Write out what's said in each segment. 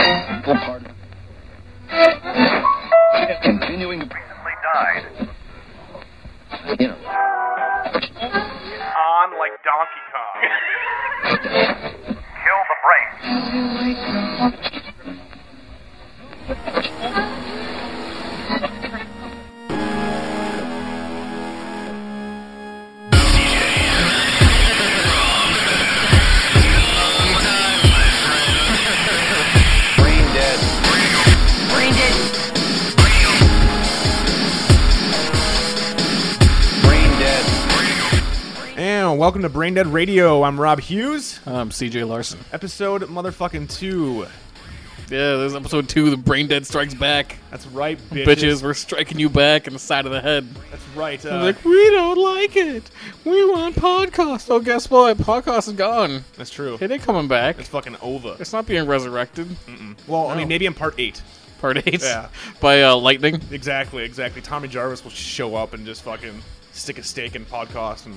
Pardon. Continuing to They died. you know. On like Donkey Kong. Kill the brakes. Brain dead. And welcome to Brain Dead Radio. I'm Rob Hughes. I'm CJ Um, Larson. Episode motherfucking two. Yeah, this is episode two. The brain dead strikes back. That's right, bitches. Bitches, we're striking you back in the side of the head. That's right. Uh, I'm like, we don't like it. We want podcast. Oh, guess what? Podcast is gone. that's true. It ain't coming back. Mm. It's fucking over. It's not being resurrected. Well, I mean, maybe in part eight. Part eight. Yeah. By uh, lightning. Exactly, exactly. Tommy Jarvis will show up and just fucking stick a stake in podcast and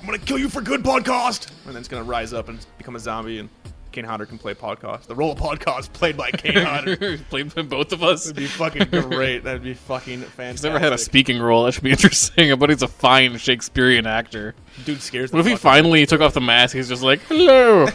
I'm gonna kill you for good podcast, and then it's gonna rise up and become a zombie and. Kane Hodder can play podcast. The role of podcast played by Kane Hodder. That'd Played by both of us. be fucking great. That'd be fucking fantastic. He's never had a speaking role. That should be interesting. But he's a fine Shakespearean actor. Dude scares. What if the he fuck out finally took off the mask? He's just like, hello.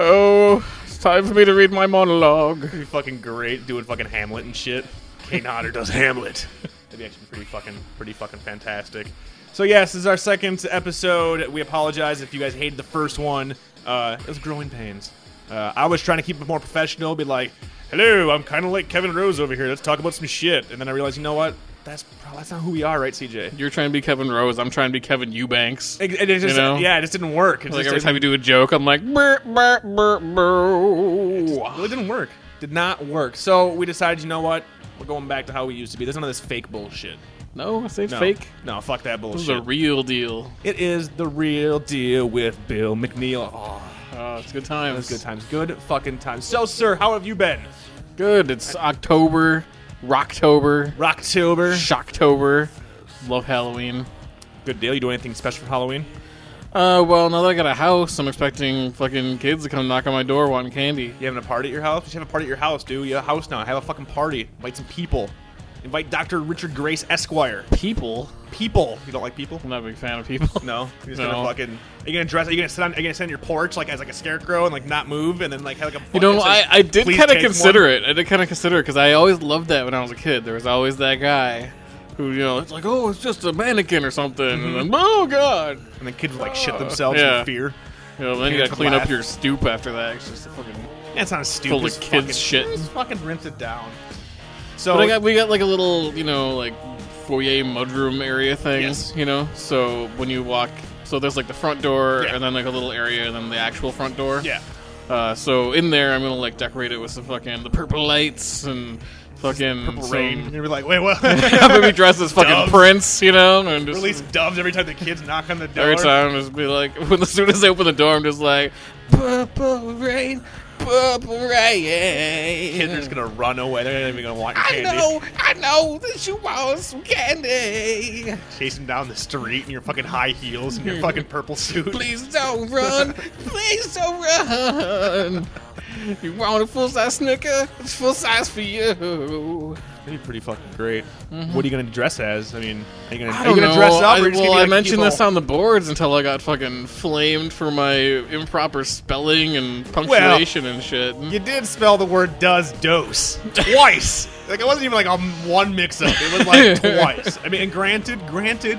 oh, it's time for me to read my monologue. of me? That'd be fucking great doing fucking Hamlet and shit. Kane Hodder does Hamlet. That'd be actually pretty fucking pretty fucking fantastic. So yes, this is our second episode. We apologize if you guys hated the first one. Uh, it was growing pains. Uh, I was trying to keep it more professional, be like, "Hello, I'm kind of like Kevin Rose over here. Let's talk about some shit." And then I realized, you know what? That's probably, that's not who we are, right, CJ? You're trying to be Kevin Rose. I'm trying to be Kevin Eubanks. It, it just, You know? yeah, it just didn't work. It Like just every didn't- time you do a joke, I'm like, burr, burr, burr, burr. It really didn't work. Did not work. So we decided, you know what? We're going back to how we used to be. There's none of this fake bullshit. no, I say No. fake. No, fuck that This is bullshit. the real deal. it is the real deal with Bill McNeil. Oh, Oh, it's good times. those good times. Good fucking times. So, sir, how have you been? Good. It's October, Rocktober, Rocktober. Shocktober. Love Halloween. Good deal. You do anything special for Halloween? Uh, well, now that I got a house, I'm expecting fucking kids to come knock on my door wanting candy. You having a party at your house? You should have a party at your house, dude. You have a house now. Have a fucking party. Invite some people. Invite Dr. Richard Grace Esquire. People. People. You don't like people? I'm not a big fan of people. No, you're just No. gonna fucking. Are you gonna dress? Are you gonna sit on? Are you gonna sit on your porch like as like a scarecrow and like not move and then like have like a. You know, I, I did kind of consider it. I did kind of consider it because I always loved that when I was a kid. There was always that guy who, you know, it's like, oh, it's just a mannequin or something. And Mm-hmm. then, oh, God. And then kids would, like shit themselves yeah. in fear. You know, then Parents you got to would clean laugh. up your stoop after that. It's just a fucking. That's not stupid. Full of it's kids' fucking, shit. Just fucking ripped it down. So But I got, we got like a little, you know, like foyer mudroom area thing, Yes. you know? So when you walk. So there's like the front door Yeah. and then like a little area and then the actual front door. yeah, Uh, so in there, I'm going to like decorate it with some fucking. The purple lights and fucking. purple some- rain. And you're like, wait, what? have him dressed as fucking Doves. Prince, you know, and just Release doves every time the kids knock on the door. every time just be like, when as soon as they open the door, I'm just like, purple rain, purple rain. Kids are just gonna run away. They're not even gonna want your I candy. know, I know that you want some candy. Chase them down the street in your fucking high heels and your fucking purple suit. Please don't run, please don't run. You want a full size Snicker? It's full size for you. That'd be pretty fucking great. What are you gonna dress as? I mean, are you gonna, Mm-hmm. are I you don't gonna know. dress up? I, or are you just well, gonna be I like mentioned evil? this on the boards until I got fucking flamed for my improper spelling and punctuation and shit. You did spell the word does dose twice. like it wasn't even like a m- one mix up. It was like twice. I mean, and granted, granted,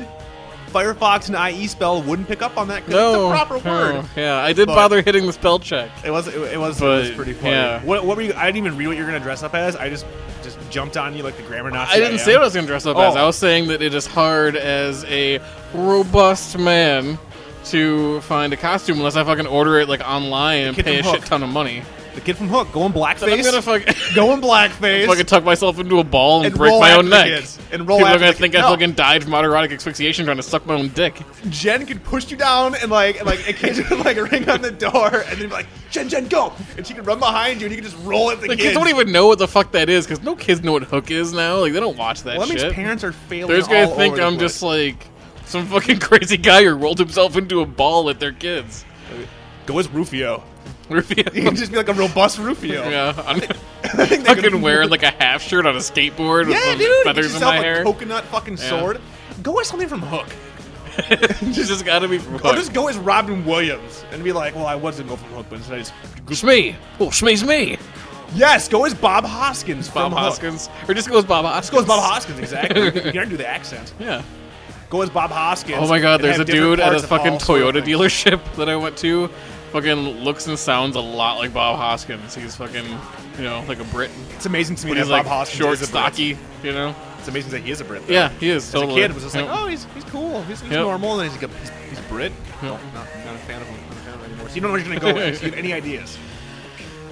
Firefox and IE spell wouldn't pick up on that because no, it's a proper no, word. oh, Yeah, I did But- bother hitting the spell check. It was. It, it was. it was But, pretty funny. yeah. What, what were you? I didn't even read what you were gonna dress up as. I just just jumped on you like the grammar Nazi. I am. didn't say what I was gonna dress up Oh. as. I was saying that it is hard as a robust man to find a costume unless I fucking order it like online and Get pay a them shit hooked. ton of money. The kid from Hook going Then I'm blackface. gonna fucking, going blackface. fucking tuck myself into a ball and, And break roll my after own the neck. kids. And roll People are after gonna the think kid- I No. fucking died from autoerotic asphyxiation trying to suck my own dick. Jen could push you down and like and like a kid would like ring on the door and then be like Jen Jen go and she could run behind you and you could just roll at the, The kids don't even know what the fuck that is because no kids know what hook is now. Like they don't watch that Well, that shit. means parents are failing. They're just gonna all think over the I'm place. just like some fucking crazy guy who rolled himself into a ball at their kids. go as Rufio. Rufio. You can just be like a robust Rufio. yeah, I'm- I think they fucking could- wear like a half shirt on a skateboard with Yeah, some dude, get feathers in yourself my a hair. coconut fucking Yeah. sword. Go as something from Hook. It's just gotta be from Or Hook. just go as Robin Williams and be like, well, I was gonna go from Hook, but instead I just It's me. Oh, it's me, it's me. yes, go as Bob Hoskins. Bob from Hook. Hoskins, or just goes Bob Hoskins. Go as Bob Hoskins, exactly. you gotta do the accent. Yeah. Go as Bob Hoskins. Oh my god, and there's a have different dude at parts a of all fucking sort of Toyota things. dealership that I went to. Fucking looks and sounds a lot like Bob Hoskins. He's fucking, you know, like a Brit. It's amazing to me But that he's Bob like Hoskins short, is a Brit. stocky, you know? It's amazing that he is a Brit. Though. Yeah, he is. As a totally. kid, it was just like, Yeah. oh, he's, he's cool, he's, he's Yep. normal, and he's, like, he's, he's Brit. No, not, not a fan of him, not a fan of him anymore. So you don't know where you're gonna go. with. So you have any ideas?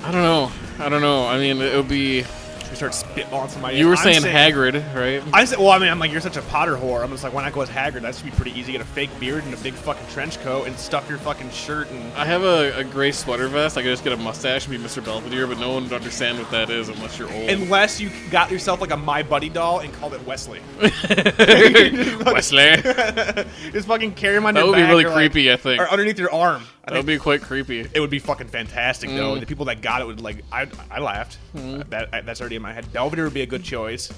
"Oh." I don't know. I don't know. I mean, it would be. Should we start spitballing somebody? You were I'm saying, Hagrid, right? I said, well, I mean, I'm like, you're such a Potter whore. I'm just like, why not go as Haggard? That should be pretty easy. Get a fake beard and a big fucking trench coat and stuff your fucking shirt and. I have a, a gray sweater vest. I could just get a mustache and be Mr. Belvedere, but no one would understand what that is unless you're old. Unless you got yourself like a My Buddy doll and called it Wesley. Wesley. That Just fucking carry him on That your would be back really or, creepy, I like, think. Or uh, underneath your arm. I would think be quite creepy. it would be fucking fantastic, though. Mm. The people that got it would like, I, I laughed. That I, That's already in my head. Belvedere would be a good choice.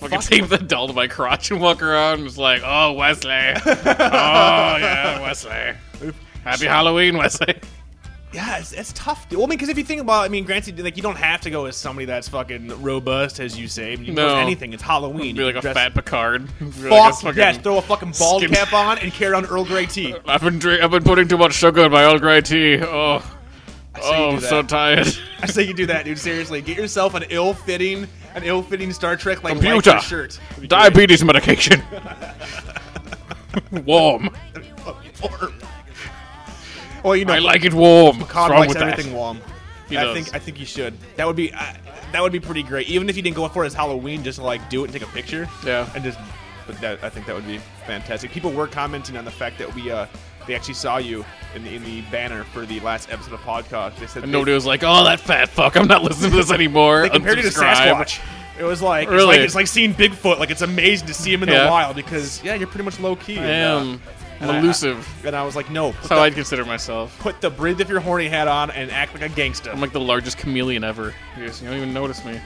Fucking tape the doll to my crotch and walk around and just like, oh, Wesley. oh, yeah, Wesley. Happy Halloween, Wesley. Yeah, it's, it's tough. dude. Well, I mean, because if you think about, I mean, granted, like you don't have to go as somebody that's fucking robust, as you say. I mean, you can go No. as anything. It's Halloween. Be You like can a dress- fat Picard. Be like a Fuck fucking- yes, throw a fucking bald skin- cap on and carry on Earl Grey tea. I've been drink- I've been putting too much sugar in my Earl Grey tea. Oh, say you oh, do I'm so that. tired. I say you do that, dude. Seriously, get yourself an ill-fitting, an ill-fitting Star Trek like Computer. Leica shirt. Diabetes medication. warm. Or- Well, you know, I like it warm. What's Cobb wrong likes with that? everything warm. He I does. think I think you should. That would be uh, that would be pretty great. Even if you didn't go for it as Halloween, just like do it and take a picture. Yeah. And just, but that I think that would be fantastic. People were commenting on the fact that we uh they actually saw you in the in the banner for the last episode of podcast. They said And they- nobody was like, "Oh, that fat fuck! I'm not listening to this anymore." They compared it to Unsubscribe. Sasquatch. It was like, it's Really? like it's like seeing Bigfoot. Like it's amazing to see him in Yeah. the wild because yeah, you're pretty much low key. I and, uh, am and I- elusive. uh, and I was like, no, put That's how the, I'd consider myself. put the breathe if your horny hat on and act like a gangster. I'm like the largest chameleon ever. You, just- you don't even notice me.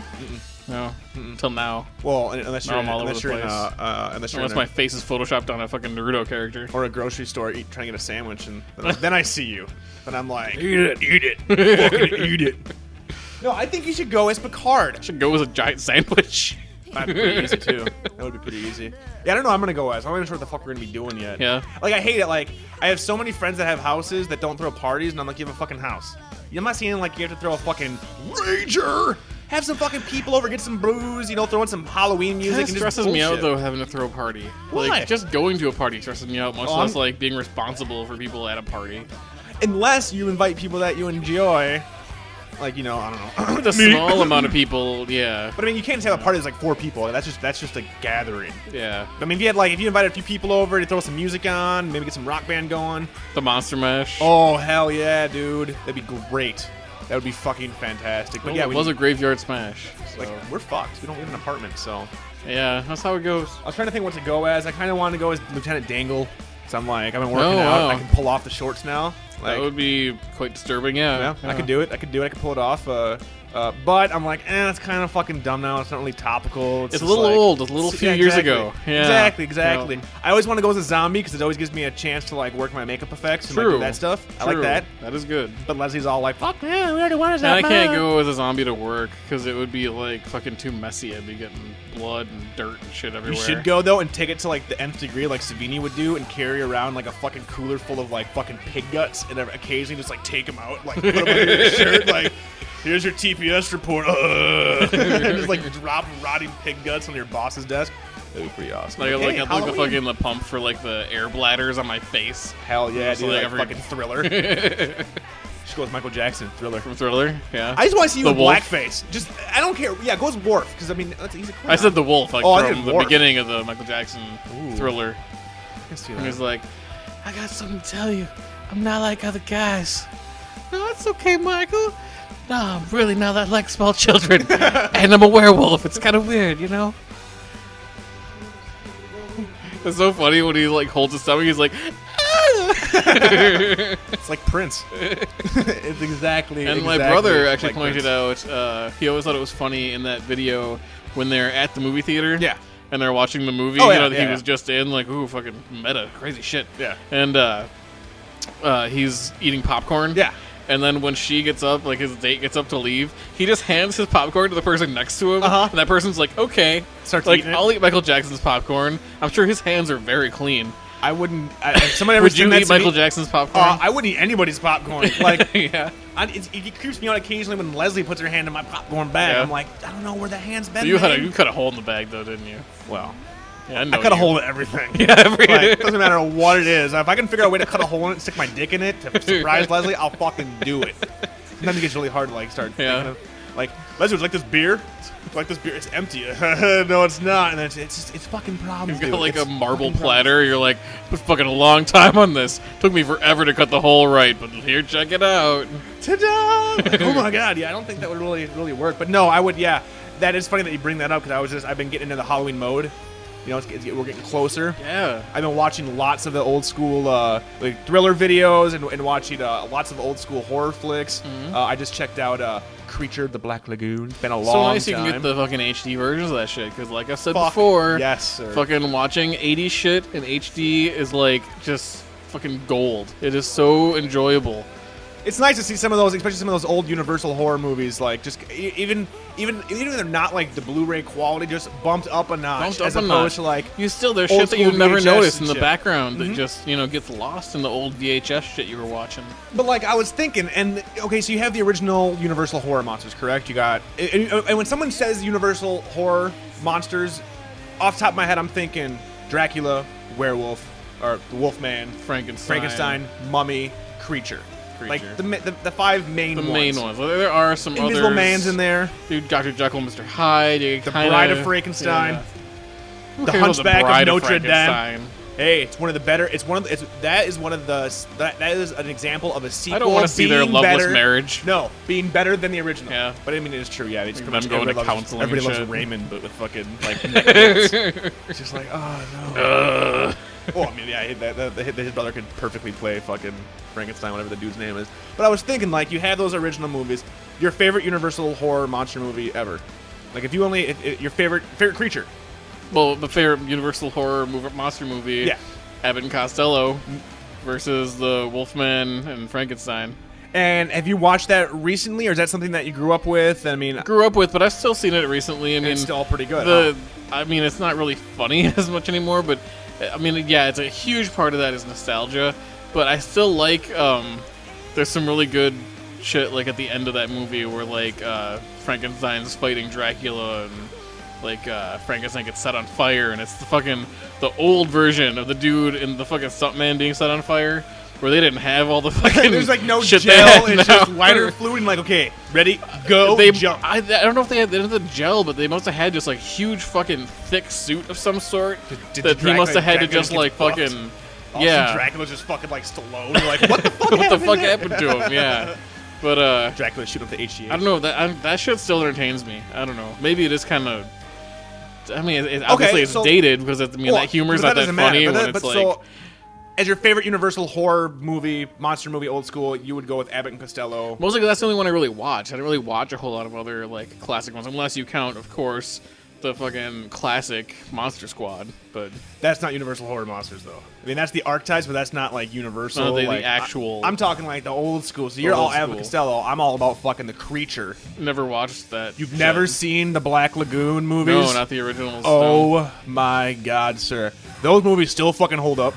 No, until now. well, un- unless No, you're I'm all unless over the you're in, place. uh, uh, unless you're Unless in a, my face is photoshopped on a fucking Naruto character. or a grocery store eat, trying to get a sandwich, and then, then I see you, and I'm like, Eat it, eat it. fucking eat it. No, I think you should go as Picard. Should go with a giant sandwich. That'd be pretty easy too. That would be pretty easy. Yeah, I don't know. I'm gonna go as. I'm not even sure what the fuck we're gonna be doing yet. Yeah. Like I hate it. Like I have so many friends that have houses that don't throw parties, and I'm like, you have a fucking house. I'm not saying like you have to throw a fucking rager. Have some fucking people over, get some booze, you know, throw in some Halloween It music. and just stresses me out bullshit. though having to throw a party. Why? Like just going to a party stresses me out, much Oh, less I'm- like being responsible for people at a party. Unless you invite people that you enjoy, like you know, I don't know. With a small amount of people, yeah, but I mean, you can't just have a party that's like four people. That's just that's just a gathering. yeah. I mean, if you had like if you invited a few people over to throw some music on, maybe get some rock band going. The monster mash. Oh hell yeah, dude! That'd be great. That would be fucking fantastic. But Well, yeah, Oh, it we was a graveyard smash. So. like we're fucked. We don't live in an apartment, so yeah, that's how it goes. I was trying to think what to go as. I kind of wanted to go as Lieutenant Dangle. So I'm like, I've been working Oh, out. wow. I can pull off the shorts now. Like, that would be quite disturbing. Yeah, yeah, I could do it. I could do it. I could pull it off. Uh, uh, but I'm like, eh, it's kind of fucking dumb now. It's not really topical. It's a just little like- old. It's a little few Yeah, years exactly. ago. Yeah. Exactly, Yeah. exactly. I always want to go as a zombie because it always gives me a chance to like work my makeup effects and like, do True. that stuff. I True. like that. That is good. But Leslie's all like, "Fuck yeah, we already went as And that." I can't man." go as a zombie to work because it would be like fucking too messy. I'd be getting blood and dirt and shit everywhere. You should go though and take it to like the nth degree, like Savini would do, and carry around like a fucking cooler full of like fucking pig guts, and then occasionally just like take them out, like put them under your shirt, like here's your TPS report, uh, and just like drop rotting pig guts on your boss's desk. That'd be pretty awesome. Like, hey, like, like the Halloween. fucking the pump for like the air bladders on my face hell yeah, Just dude, like like, every- fucking Thriller. she goes Michael Jackson, Thriller. from Thriller. Yeah, I just want to see you The in wolf? blackface. Just I don't care. Yeah, go as Worf because I mean that's, he's a clown. I said the wolf like Oh, I from did the Worf. beginning of the Michael Jackson Ooh. Thriller. I can see And that. he's like, I got something to tell you. I'm not like other guys. No, it's okay, Michael. No, I'm really not that like small children. and I'm a werewolf. It's kind of weird, you know? It's so funny when he like holds his stomach. He's like, "Ah, It's like Prince. it's exactly. And my exactly brother actually like pointed Prince. out uh, he always thought it was funny in that video when they're at the movie theater. Yeah. And they're watching the movie Oh, you yeah, know, that yeah, he was yeah. just in, like, ooh, fucking meta, crazy shit. Yeah. And uh, uh, he's eating popcorn. Yeah. And then when she gets up, like his date gets up to leave, he just hands his popcorn to the person next to him, Uh-huh. and that person's like, "Okay." Starts like, eating it. I'll eat Michael Jackson's popcorn. I'm sure his hands are very clean. I wouldn't. I, if someone ever Would you said that eat to me- Michael Jackson's popcorn? Uh, I wouldn't eat anybody's popcorn. Like, yeah. I, it, it creeps me out occasionally when Leslie puts her hand in my popcorn bag. Yeah. I'm like, I don't know where the hand's been. You had a, man. you cut a hole in the bag though, didn't you? well, Yeah, I, know I cut a you. hole in everything. every- Like, it doesn't matter what it is. If I can figure out a way to cut a hole in it, and stick my dick in it to surprise Leslie, I'll fucking do it. Sometimes it gets really hard to like start Yeah. thinking of like Leslie, would you like this beer? Would you Like this beer, it's empty. no, it's not. And it's it's, just, it's fucking problems. You've got dude. like It's a marble fucking problems. platter. You're like, put fucking a long time on this. Took me forever to cut the hole right, but here, check it out. Ta-da! Like, oh my god, yeah, I don't think that would really really work. But no, I would. Yeah, that is funny that you bring that up because I was just I've been getting into the Halloween mode. You know, it's, it's, we're getting closer. Yeah. I've been watching lots of the old school uh, like thriller videos and, and watching uh, lots of old school horror flicks. Uh, I just checked out uh, Creature of the Black Lagoon. It's been a long Mm-hmm. So nice you time. can get the fucking HD versions of that shit. Because like I said Fuck before, yes, sir. fucking watching 80s shit in HD is like just fucking gold. It is so enjoyable. it's nice to see some of those, especially some of those old Universal horror movies. Like just e- even even even if they're not like the Blu-ray quality, just bumped up a notch Bumped up as a opposed notch. to like You still there's old shit that you school never VHS noticed and in the shit. background that just you know gets lost in the old VHS shit you were watching. But like I was thinking, and okay, so you have the original Universal horror monsters, correct? You got, and, and when someone says Universal horror monsters, off the top of my head, I'm thinking Dracula, werewolf, or the Wolfman, Frankenstein. Frankenstein, mummy, creature, Creature. like the, ma- the the five main The ones. main ones. There are some Invisible others. Man's in there, Dude, Dr. Jekyll, and Mr. Hyde. you the kinda- Bride of Frankenstein. yeah. The Okay, well, Hunchback Bride of Notre Dame. Frankenstein. Hey, it's one of the better. It's one of the, it's, that is one of the that, that is an example of a sequel. I don't want to see their being loveless better- marriage. No, being better than the original. Yeah. but I mean it is true. Yeah, it's Them pretty much going to everybody loves- counseling and Everybody loves shit. Raymond, but with fucking like neck bolts. it's just like oh no. well, I mean, yeah, that, that, that, his brother could perfectly play fucking Frankenstein, whatever the dude's name is. But I was thinking like you have those original movies, your favorite Universal horror monster movie ever. Like if you only if, if your favorite favorite creature, Well, the favorite Universal horror movie, monster movie. Yeah. Abbott and Costello versus the Wolfman and Frankenstein. And have you watched that recently, or is that something that you grew up with? I mean, Grew up with, but I've still seen it recently. I mean, it's still pretty good. the I mean, it's not really funny as much anymore, but I mean, yeah, it's a huge part of that is nostalgia. But I still like um, there's some really good shit like at the end of that movie where like uh, Frankenstein's fighting Dracula and like uh, Frankenstein gets set on fire, and it's the fucking the old version of the dude in the fucking stuntman being set on fire. Where they didn't have all the fucking huh? There's like no shit they gel; have it's just now. lighter fluid. And like, okay, ready, go, they jump. I, I don't know if they had they didn't have the gel, but they must have had just like huge fucking thick suit of some sort did that he Dracula- must have had to Dracula just get like fucked? fucking All of a sudden, yeah. Dracula's just fucking like Stallone. You're like, what the fuck? what the happened fuck there? happened to him? Yeah, but uh, Dracula shoot up the HGH. I don't know that I, that shit still entertains me. I don't know. Maybe it is kind of. I mean, it, it- obviously it's so- dated because it, I mean Well, that humor's but not that, doesn't funny matter, but when that- it's but like so, as your favorite Universal horror movie, monster movie, old school, you would go with Abbott and Costello. Mostly 'cause that's the only one I really watch. I don't really watch a whole lot of other like classic ones, unless you count, of course, the fucking classic Monster Squad. But That's not Universal Horror Monsters, though. I mean, that's the archetypes, but that's not like Universal. No, the- the like, actual- I, am talking like the old school. So you're old all Abbott school. Costello. I'm all about fucking the creature. never watched that. You've shit. never seen the Black Lagoon movies? No, not the original. Stone. Oh my god, sir! Those movies still fucking hold up.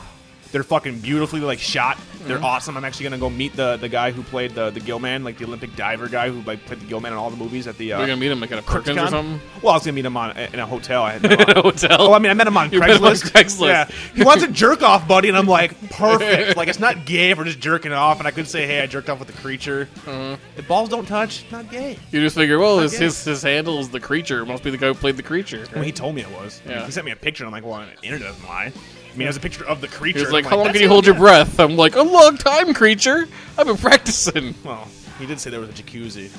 They're fucking beautifully like shot. They're Mm-hmm. awesome. I'm actually gonna go meet the the guy who played the the Gillman, like the Olympic diver guy who like played the Gillman in all the movies at the. Uh, we're gonna meet him like at a Perkins or Crookscon. something. Well, I was gonna meet him on in a hotel. I had no At a hotel. Oh, I mean, I met him on You met Craigslist. him on Craigslist. Yeah, he wants a jerk off buddy, and I'm like, perfect. like, it's not gay if we're just jerking off, and I could say, hey, I jerked off with a creature. Uh-huh. If balls don't touch, not gay. you just figure, well, his, guess. his his handle is the creature. It must be the guy who played the creature. Well, he told me it was. I mean, Yeah. he sent me a picture, and I'm like, well, the internet doesn't lie. I mean, it was a picture of the creature. He was and like, I'm "How long that's can you not hold your gay." breath?" I'm like, "A long time, creature. I've been practicing." Well, He did say there was a jacuzzi.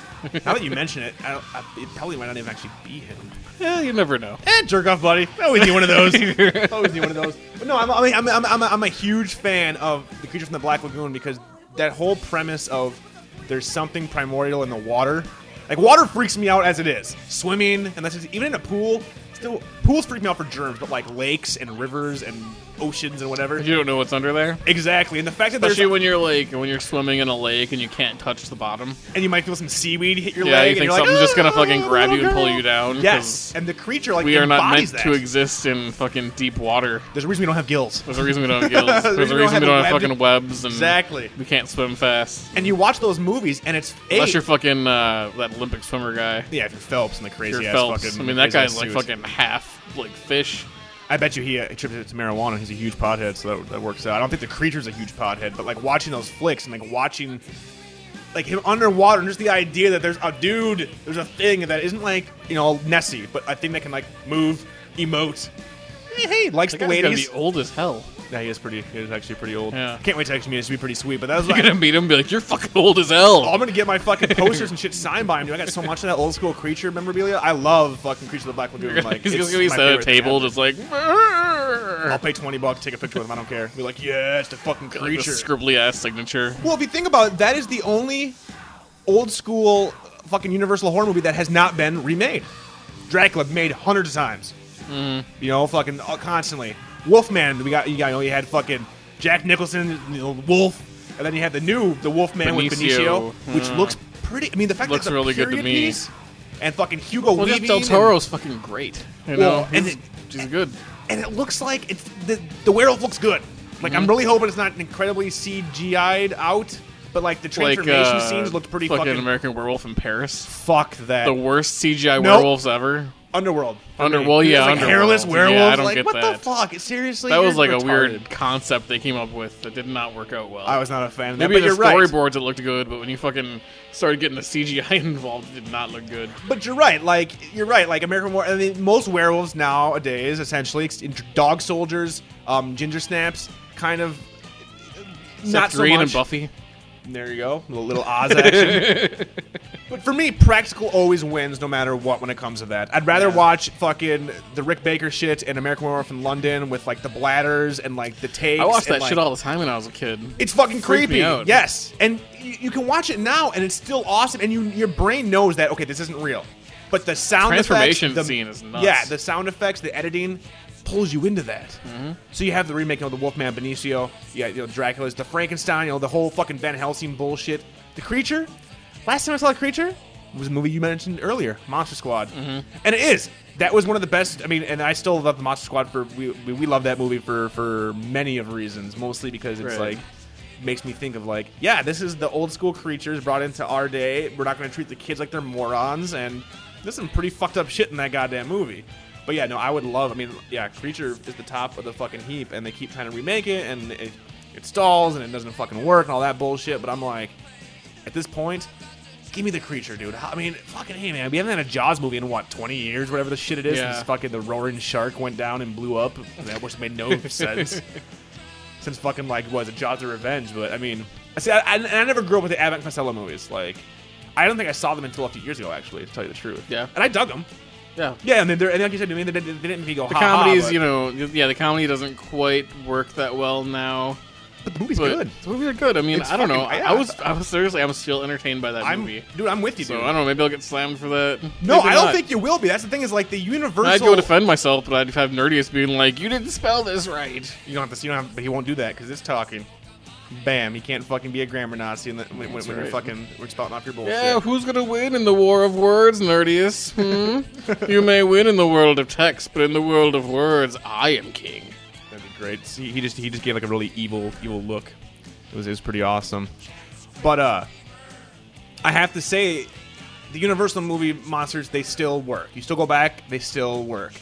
now that you mention it, I don't, I, it probably might not even actually be him. Eh, you never know. Eh, jerk off, buddy. I always need one of those. I always need one of those. But no, I'm, I'm, I'm, I'm, I'm, a, I'm a huge fan of The Creature from the Black Lagoon because that whole premise of there's something primordial in the water. Like, water freaks me out as it is. Swimming, and that's just, even in a pool. Still, pools freak me out for germs, but like lakes and rivers and oceans and whatever. You don't know what's under there. Exactly. And the fact that there's. Especially when you're like when you're swimming in a lake and you can't touch the bottom. and you might feel some seaweed hit your Yeah, leg. you think and you're something's like, just gonna fucking "Ah, grab you and little pull girl." you down. 'cause Yes, and the creature like We are not meant embodies to that. exist in fucking deep water. There's a reason we don't have gills. There's a reason we don't have gills. There's a reason we don't have webbed- fucking webs and Exactly. we can't swim fast. And you watch those movies, and it's Unless a- you're fucking uh, that Olympic swimmer guy. yeah, if you're Phelps and the crazy Your ass Phelps. fucking. I mean, that crazy guy's ass like suits. fucking half like fish. I bet you he uh, attributed it to marijuana. He's a huge pothead, so that, that works out. I don't think the creature's a huge pothead, but like watching those flicks and like watching like him underwater and just the idea that there's a dude, there's a thing that isn't like you know Nessie, but a thing that can like move, emote. Hey, hey likes That the guy's gonna ladies. be old as hell. Yeah, he is pretty. He is actually pretty old. Yeah. Can't wait to actually meet. It should be pretty sweet. But that was You're like, gonna meet him and be like, you're fucking old as oh, hell. I'm gonna get my fucking posters and shit signed by him. Dude, I got so much of that old school creature memorabilia. I love fucking Creature of the Black Lagoon. Like, He's it's just gonna be my sat at a favorite thing table ever. just like, I'll like pay twenty bucks, take a picture with him. I don't care. Be like, yeah, it's the fucking this creature. scribbly ass signature. well, if you think about it, that is the only old school fucking Universal horror movie that has not been remade. Dracula made hundreds of times. Mm-hmm. You know, fucking uh, constantly. Wolfman, we got you got you, know, you had fucking Jack Nicholson, you know, Wolf, and then you had the new the Wolfman with Benicio. Benicio, which Yeah. looks pretty. I mean, the fact Looks that it's a really good to period me. piece, and fucking Hugo Well, just Weaving Del and- Toro's fucking great. You know, Well, and he's, it- he's good. and it looks like it's the the werewolf looks good. Like Mm-hmm. I'm really hoping it's not incredibly CGI'd out, but like the Like transformation uh, scenes looked pretty fucking. American Werewolf in Paris. fuck that The worst CGI Nope. werewolves ever. underworld. for Under- me. well, yeah, It's like Underworld. hairless Yeah, I werewolves. don't like get what that. the fuck? Seriously, That was You're like a retarded. weird concept they came up with that did not work out well. I was not a fan of that. Maybe but the you're right. storyboards it looked good, but when you fucking started getting the CGI involved, it did not look good. But you're right. Like you're right. Like American War. I mean, most werewolves nowadays, essentially, ex- dog soldiers, um, ginger snaps, kind of. Not Seth so Green much. and Buffy. There you go, a little, little Oz action. but for me, practical always wins, no matter what. When it comes to that, I'd rather Yeah. watch fucking the Rick Baker shit and American Werewolf in London with like the bladders and like the tapes. I watched and, that like- shit all the time when I was a kid. It's fucking Freaked me creepy. out. Yes, and you, you can watch it now, and it's still awesome. And you, your brain knows that okay, this isn't real. But the sound Transformation effects, the, scene is nuts. Yeah, the sound effects, the editing pulls you into that. Mm-hmm. So you have the remake of the Wolfman Benicio, yeah, you know Dracula's, the Frankenstein, you know the whole fucking Van Helsing bullshit. The creature. Last time I saw the creature was a movie you mentioned earlier, Monster Squad, Mm-hmm. and it is. That was one of the best. I mean, and I still love the Monster Squad for we we, we love that movie for for many of reasons, mostly because it's Right. like makes me think of like, yeah, this is the old school creatures brought into our day. We're not going to treat the kids like they're morons, and there's some pretty fucked up shit in that goddamn movie. But yeah, no, I would love. I mean, yeah, Creature is the top of the fucking heap, and they keep trying to remake it, and it, it stalls, and it doesn't fucking work, and all that bullshit. But I'm like, at this point, give me the Creature, dude. I mean, fucking hey, man, we haven't had a Jaws movie in what 20 years, whatever the shit it is. Yeah. Since fucking the roaring shark went down and blew up, that which made no sense since fucking like was it Jaws of Revenge. But I mean, I see, I, I, and I never grew up with the Abbott Costello movies. Like, I don't think I saw them until a few years ago, actually, to tell you the truth. Yeah. and I dug them. Yeah. Yeah, and, then they're, and like you said, I mean, they, didn't- they didn't make you go. The comedies, you know, yeah, the comedy doesn't quite work that well now. but the movie's But good. the movies are good. I mean, It's I don't know. fucking- I yeah. was, I was seriously, I'm still entertained by that I'm, movie. dude, I'm with you, dude. So I don't know. Maybe I'll get slammed for that. no, Maybe I don't not. think you will be. That's the thing is like the universal. I'd go defend myself, but I'd have nerdiest being like, "You didn't spell this right." you don't have to. You don't have, but he won't do that because it's talking. Bam! He can't fucking be a grammar Nazi in the, when, when, when you're right. fucking we're spouting off your bullshit. Yeah, who's gonna win in the war of words, Nerdius? Hmm? you may win in the world of text, but in the world of words, I am king. That'd be great. See, he just he just gave like a really evil evil look. It was it was pretty awesome. But uh, I have to say, the Universal movie monsters they still work. You still go back, they still work.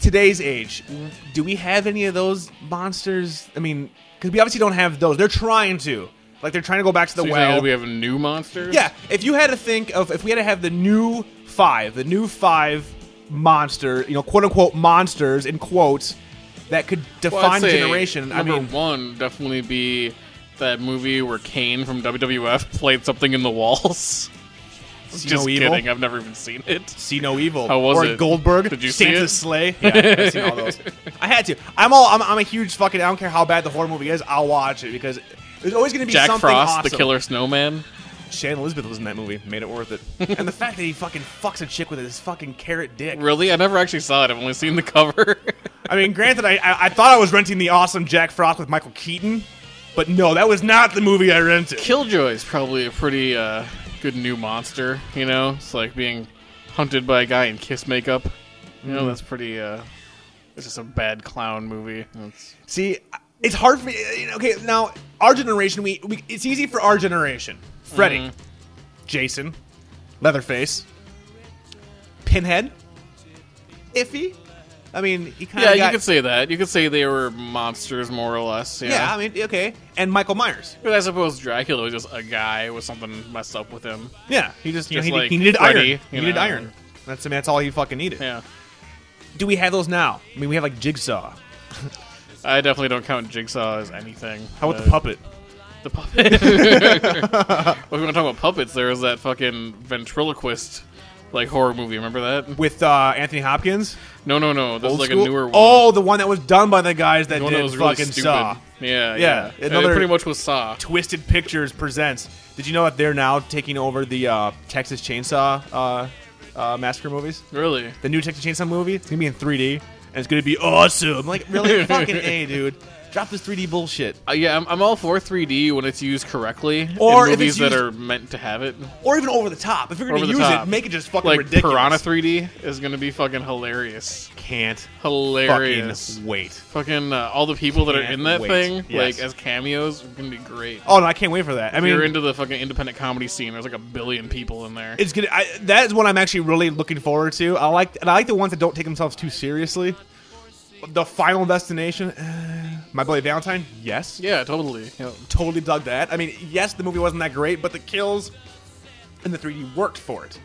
Today's age, do we have any of those monsters? I mean, because we obviously don't have those. They're trying to, like, they're trying to go back to the So you well. think we have new monsters? Yeah, if you had to think of if we had to have the new five, the new five monster, you know, quote unquote monsters in quotes that could Well, I'd define say generation. I Number mean, one definitely be that movie where Kane from WWF played something in the walls? See Just no evil. kidding. I've never even seen it. See no evil. How was or it? Goldberg. Did you see Santa's it? sleigh. Yeah, I've seen all those. I had to. I'm all. I'm, I'm a huge fucking. I don't care how bad the horror movie is. I'll watch it because there's always going to be Jack something Frost, awesome. the killer snowman. Shannon Elizabeth was in that movie. Made it worth it. and the fact that he fucking fucks a chick with his fucking carrot dick. Really? I never actually saw it. I've only seen the cover. I mean, granted, I, I I thought I was renting the awesome Jack Frost with Michael Keaton, but no, that was not the movie I rented. Killjoy is probably a pretty uh, good new monster. You know, it's like being hunted by a guy in kiss makeup. You Mm-hmm. know, that's pretty. Uh, it's just a bad clown movie. That's- See, it's hard for me. uh, you know, Okay, now our generation, we, we it's easy for our generation. Freddy, Mm-hmm. Jason, Leatherface, Pinhead, Iffy. I mean, he kind yeah, of you could say that. You could say they were monsters, more or less. Yeah. yeah. I mean, okay, and Michael Myers. but I suppose Dracula was just a guy with something messed up with him. Yeah, he just, you know, Just he, like he needed Freddy, iron. He you needed know. iron. That's I mean, that's all he fucking needed. Yeah. Do we have those now? I mean, we have like Jigsaw. I definitely don't count Jigsaw as anything. How about Uh, the puppet? The puppet. well, we want to talk about puppets. There was that fucking ventriloquist like horror movie. Remember that? With uh, Anthony Hopkins, No, no, no. This is Old like school? a newer one. Oh, the one that was done by the guys that The one did that was really fucking stupid. Saw. Yeah, yeah. Yeah, And another- it pretty much was Saw. Twisted Pictures presents. Did you know that they're now taking over the uh, Texas Chainsaw uh, uh, Massacre movies? Really? The new Texas Chainsaw movie. It's gonna be in 3D, and it's gonna be awesome. I'm like, really, fucking a, dude. Drop this 3D bullshit. Uh, yeah, I'm, I'm all for 3D when it's used correctly Or in if movies it's that used- are meant to have it. Or even over the top. If you're gonna Over the use top. it, make it just fucking Like ridiculous. Piranha 3D is gonna be fucking hilarious. Can't Hilarious. fucking wait. Fucking uh, all the people that are Can't in that wait. thing, Yes. like as cameos, are gonna be great. Oh no, I can't wait for that. I If mean, you're into the fucking independent comedy scene. There's like a billion people in there. it's gonna. I, that is what I'm actually really looking forward to. I like and I like the ones that don't take themselves too seriously. The Final Destination, eh. My Bloody Valentine, yes. yeah, totally. Yeah. totally dug that. I mean, yes, the movie wasn't that great, but the kills and the 3D worked for it.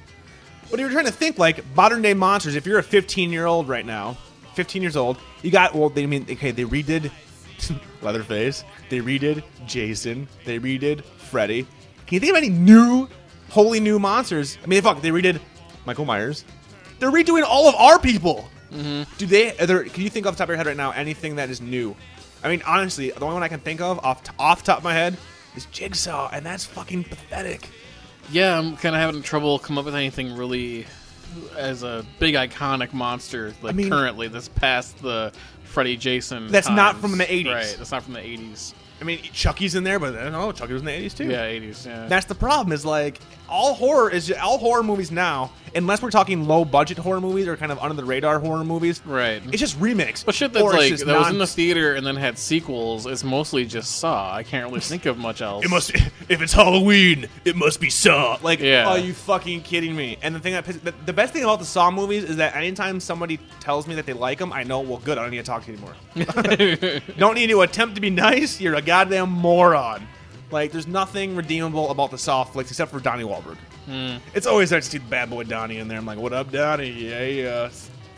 But if you're trying to think like modern day monsters, if you're a 15 year old right now, 15 years old, you got well. They I mean okay, they redid Leatherface, they redid Jason, they redid Freddy. Can you think of any new, wholly new monsters? I mean, fuck, they redid Michael Myers. They're redoing all of our people. Do they? Are there, can you think off the top of your head right now anything that is new? I mean, honestly, the only one I can think of off t- off top of my head is Jigsaw, and that's fucking pathetic. Yeah, I'm kind of having trouble come up with anything really as a big iconic monster like mean- currently that's past the Freddy Jason. That's not times. from the 80s. Right, that's not from the 80s. I mean, Chucky's in there, but I don't know. Chucky was in the '80s too. Yeah, 80s. Yeah. That's the problem. Is like all horror is all horror movies now, unless we're talking low budget horror movies or kind of under the radar horror movies. right. It's just remakes. but shit that's or it's like just that was in non- the theater and then had sequels is mostly just Saw. I can't really think of much else. It must. If it's Halloween, it must be Saw. Like, Yeah. are you fucking kidding me? And the thing that pisses, the, the best thing about the Saw movies is that anytime somebody tells me that they like them, I know. Well, good. I don't need to talk to you anymore. don't need to attempt to be nice. You're a goddamn moron. Like, there's nothing redeemable about the Saw flicks except for Donnie Wahlberg. It's always nice to see the bad boy Donnie in there. I'm like, what up, Donnie? Yeah, yeah.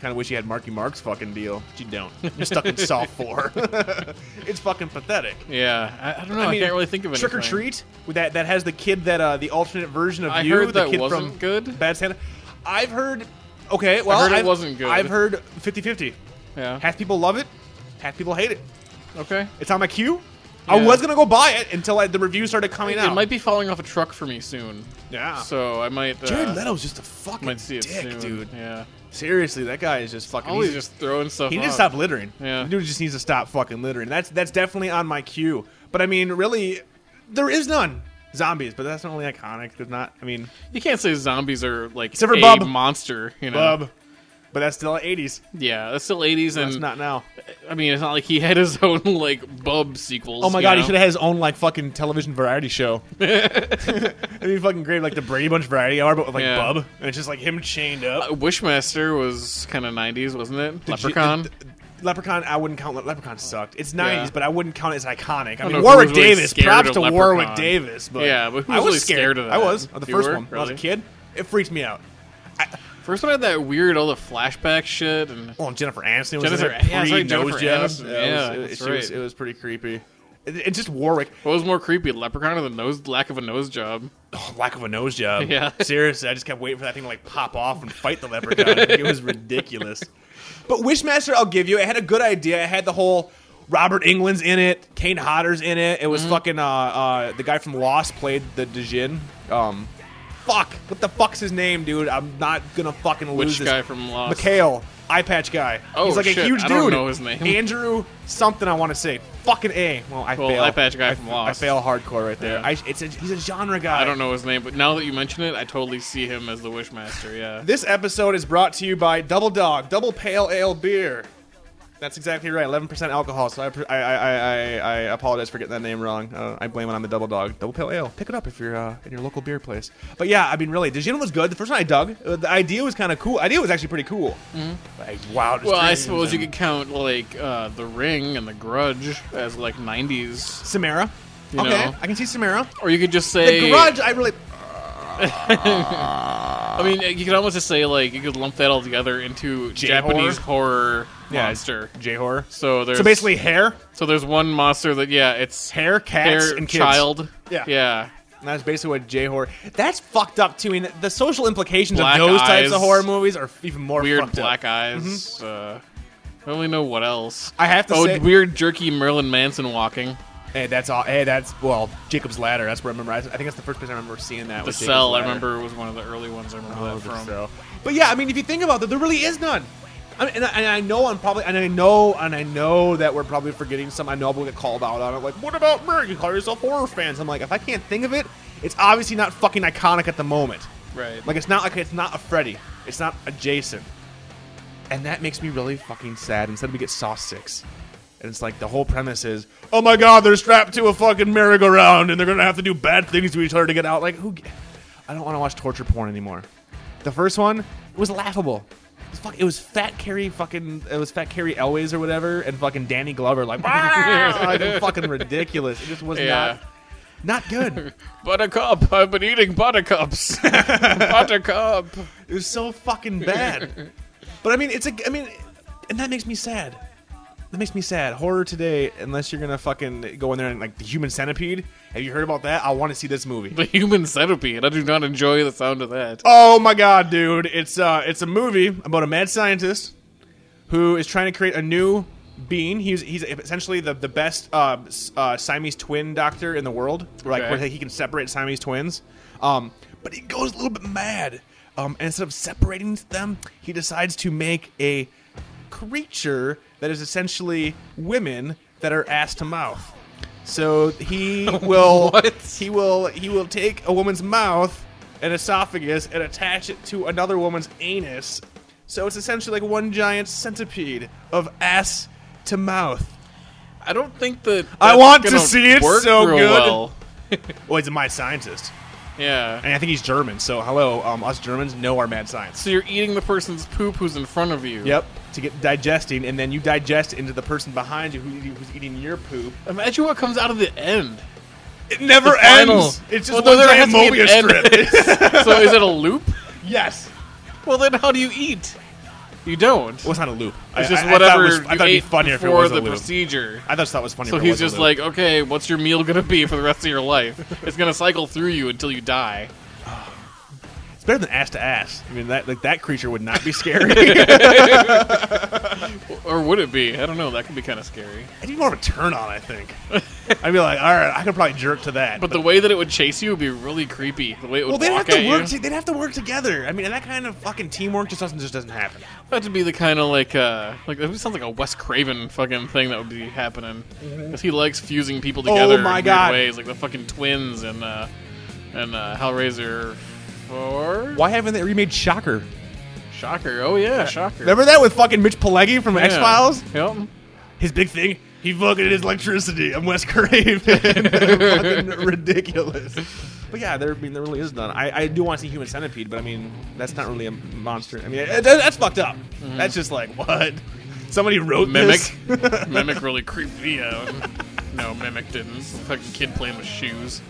Kind of wish you had Marky Mark's fucking deal. But you don't. You're stuck in Saw 4. it's fucking pathetic. Yeah, I, I don't know. I, mean, can't really think of anything. Trick or Treat with that that has the kid that uh, the alternate version of I you, heard the that kid wasn't from good. Bad Santa. I've heard. Okay, well, heard it I've- wasn't good. I've heard 50-50. Yeah. Half people love it, half people hate it. Okay. It's on my queue. I Yeah. was gonna go buy it until I, the reviews started coming out. It might be falling off a truck for me soon. Yeah. So I might. Uh, Jared Leto's just a fucking might see it dick, soon. dude. Yeah. Seriously, that guy is just fucking. Always he's- just throwing stuff. He out. needs to stop littering. Yeah. The dude just needs to stop fucking littering. That's that's definitely on my cue. But I mean, really, there is none. Zombies, but that's not really iconic. There's not. I mean, You can't say zombies are like Except for a Bub. monster. You know. Bub, but that's still 80s. Yeah, that's still 80s, and That's not now. I mean, Mm. it's not like he had his own like Bub sequels. Oh my you god, he know? should have had his own like fucking television variety show. It'd be fucking great, like the Brady Bunch variety hour, but with like Yeah. Bub, and it's just like him chained up. Uh, Wishmaster was kind of 90s, wasn't it? Did you- Leprechaun. th- th- Leprechaun, I wouldn't count. Le- Leprechaun sucked. It's '90s, Yeah. but I wouldn't count it as iconic. I, don't know mean, if Warwick who was really Davis. scared Props of to Leprechaun. Warwick Davis. But Yeah, but who I was was really scared of I that? was of the You first were? one. When I was a Really? kid. It freaked me out. First one had that weird, all the flashback shit, and Oh, and Jennifer Aniston was Jennifer- in it. yeah, it's like pre- nose Jennifer job. it Aniston. was- Yeah, it, that's she was- right. it was pretty creepy. It- It's just Warwick. What was more creepy, Leprechaun or the nose lack of a nose job? Oh, lack of a nose job. Yeah. Seriously, I just kept waiting for that thing to like pop off and fight the leprechaun. it was ridiculous. But Wishmaster, I'll give you. It had a good idea. It had the whole Robert England's in it, Kane Hodder's in it. It was Mm-hmm. fucking uh, uh, the guy from Lost played the Dejin. Um, fuck, what the fuck's his name, dude? I'm not gonna fucking lose Which this. guy from Lost? Mikhail, eye patch guy. Oh, He's like a shit, huge I dude. don't know his name. Andrew something I want to say. Fucking a. Well, I Well, fail. eye patch guy I, from I Lost. fail hardcore right there. Yeah. I, it's a, he's a genre guy. I don't know his name, but now that you mention it, I totally see him as the Wishmaster. Yeah. This episode is brought to you by Double Dog, Double Pale Ale Beer. That's exactly right, 11% alcohol. So I, pr- I, I, I, I apologize for getting that name wrong. Uh, I blame it on the Double Dog, Double Pale Ale. Pick it up if you're uh, in your local beer place. But yeah, I mean, really, Dijon was good. The first one I dug, uh, the idea was kind of cool. idea was actually pretty cool. Like, wow. Mm-hmm. Well, I suppose you could count like uh, the Ring and the Grudge as like '90s, Samara. You okay, know. I can see Samara. or you could just The say garage, I really. I mean, you could almost just say like you could lump that all together into J-horror? Japanese horror Yeah, monster. J horror. So there's So basically, hair, so there's one monster that yeah, it's hair, cats, hair and kids. child. Yeah. yeah. And that's basically what J horror. That's fucked up too. I mean, the social implications Black of those types eyes. of horror movies are even more Weird fucked black up. Mm-hmm. eyes. Uh, I don't really know what else. I have to oh, say- Oh, weird jerky Merlin Manson walking. Hey, that's all. Hey, that's well, Jacob's Ladder. That's where I remember. I think that's the first place I remember seeing that. The was Jacob's Cell, I Ladder. remember, was one of the early ones I remember Oh, that the from. Cell. But yeah, I mean, if you think about that, there really is none. I mean, and, I, and I know I'm probably, and I know, and I know that we're probably forgetting some. I know I'm gonna get called out on it. Like, what about Merg? You call yourself horror fans? I'm like, if I can't think of it, it's obviously not fucking iconic at the moment. Right. Like it's not like it's not a Freddy. It's not a Jason. And that makes me really fucking sad. Instead we get Saw Six. And it's like the whole premise is, oh my god, they're strapped to a fucking merry-go-round and they're gonna have to do bad things to each other to get out. Like who g- I don't wanna watch torture porn anymore. The first one, it was laughable. It was, fuck, it was fat Carrie fucking it was fat Carrie Elways or whatever and fucking Danny Glover like, like fucking ridiculous. It just was Yeah. not not good. Buttercup, I've been eating buttercups. buttercup. It was so fucking bad. but I mean, it's a. I mean, and that makes me sad. That makes me sad. Horror today, unless you're gonna fucking go in there and like the Human Centipede. Have you heard about that? I want to see this movie. The human centipede. I do not enjoy the sound of that. Oh my god, dude! It's uh, it's a movie about a mad scientist who is trying to create a new being. He's he's essentially the the best uh, s- uh, Siamese twin doctor in the world. Like Okay. where he can separate Siamese twins. Um, but he goes a little bit mad. Um, and instead of separating them, he decides to make a creature that is essentially women that are ass to mouth. So he will What? he will he will take a woman's mouth and esophagus and attach it to another woman's anus. So it's essentially like one giant centipede of ass to mouth. I don't think that. I that's want to gonna see it work so real good. well. Well, he's a mad scientist, Yeah. and I think he's German. So hello, um, us Germans know our mad science. So you're eating the person's poop who's in front of you. Yep, to get digesting, and then you digest into the person behind you who, who's eating your poop. Imagine what comes out of the end. It never Final. ends. It's just Well, one there giant has to be an Mobius end. strip. so is it a loop? yes. Well, then how do you eat? You don't. Well, it's not a loop. it's just I, I, whatever I thought, it was, I you thought it'd ate be funnier if it before was a the loop. procedure. I just thought it was funny. So if it he's was a just loop. like, okay, what's your meal gonna be for the rest of your life? It's gonna cycle through you until you die. It's better than ass to ass. I mean, that like that creature would not be scary. It'd Or would it be? I don't know. That could be kind of scary. be more of a turn on, I think. I'd be like, all right, I could probably jerk to that. But the way that it would chase you would be really creepy. The way it well, would they'd have walk to at work. you. To, they'd have to work together. I mean, and that kind of fucking teamwork just doesn't just doesn't happen. That would be the kind of like uh like that sounds like a Wes Craven fucking thing that would be happening because he likes fusing people Mm-hmm. Oh together. my in weird God. Ways like the fucking twins and uh and uh, Hellraiser four. Why haven't they remade Shocker? Shocker! Oh yeah, shocker. Remember that with fucking Mitch Pileggi from Yeah. X Files? Yep. His big thing. He fucking is electricity. I'm Wes Craven. fucking ridiculous. But yeah, there. I mean, there really is none. I, I do want to see Human Centipede, but I mean, that's not really a monster. I mean, that, that's fucked up. That's just like what somebody wrote. Mm-hmm. Mimic. this? Mimic really creeped me out. No, Mimic didn't. Fucking kid playing with shoes.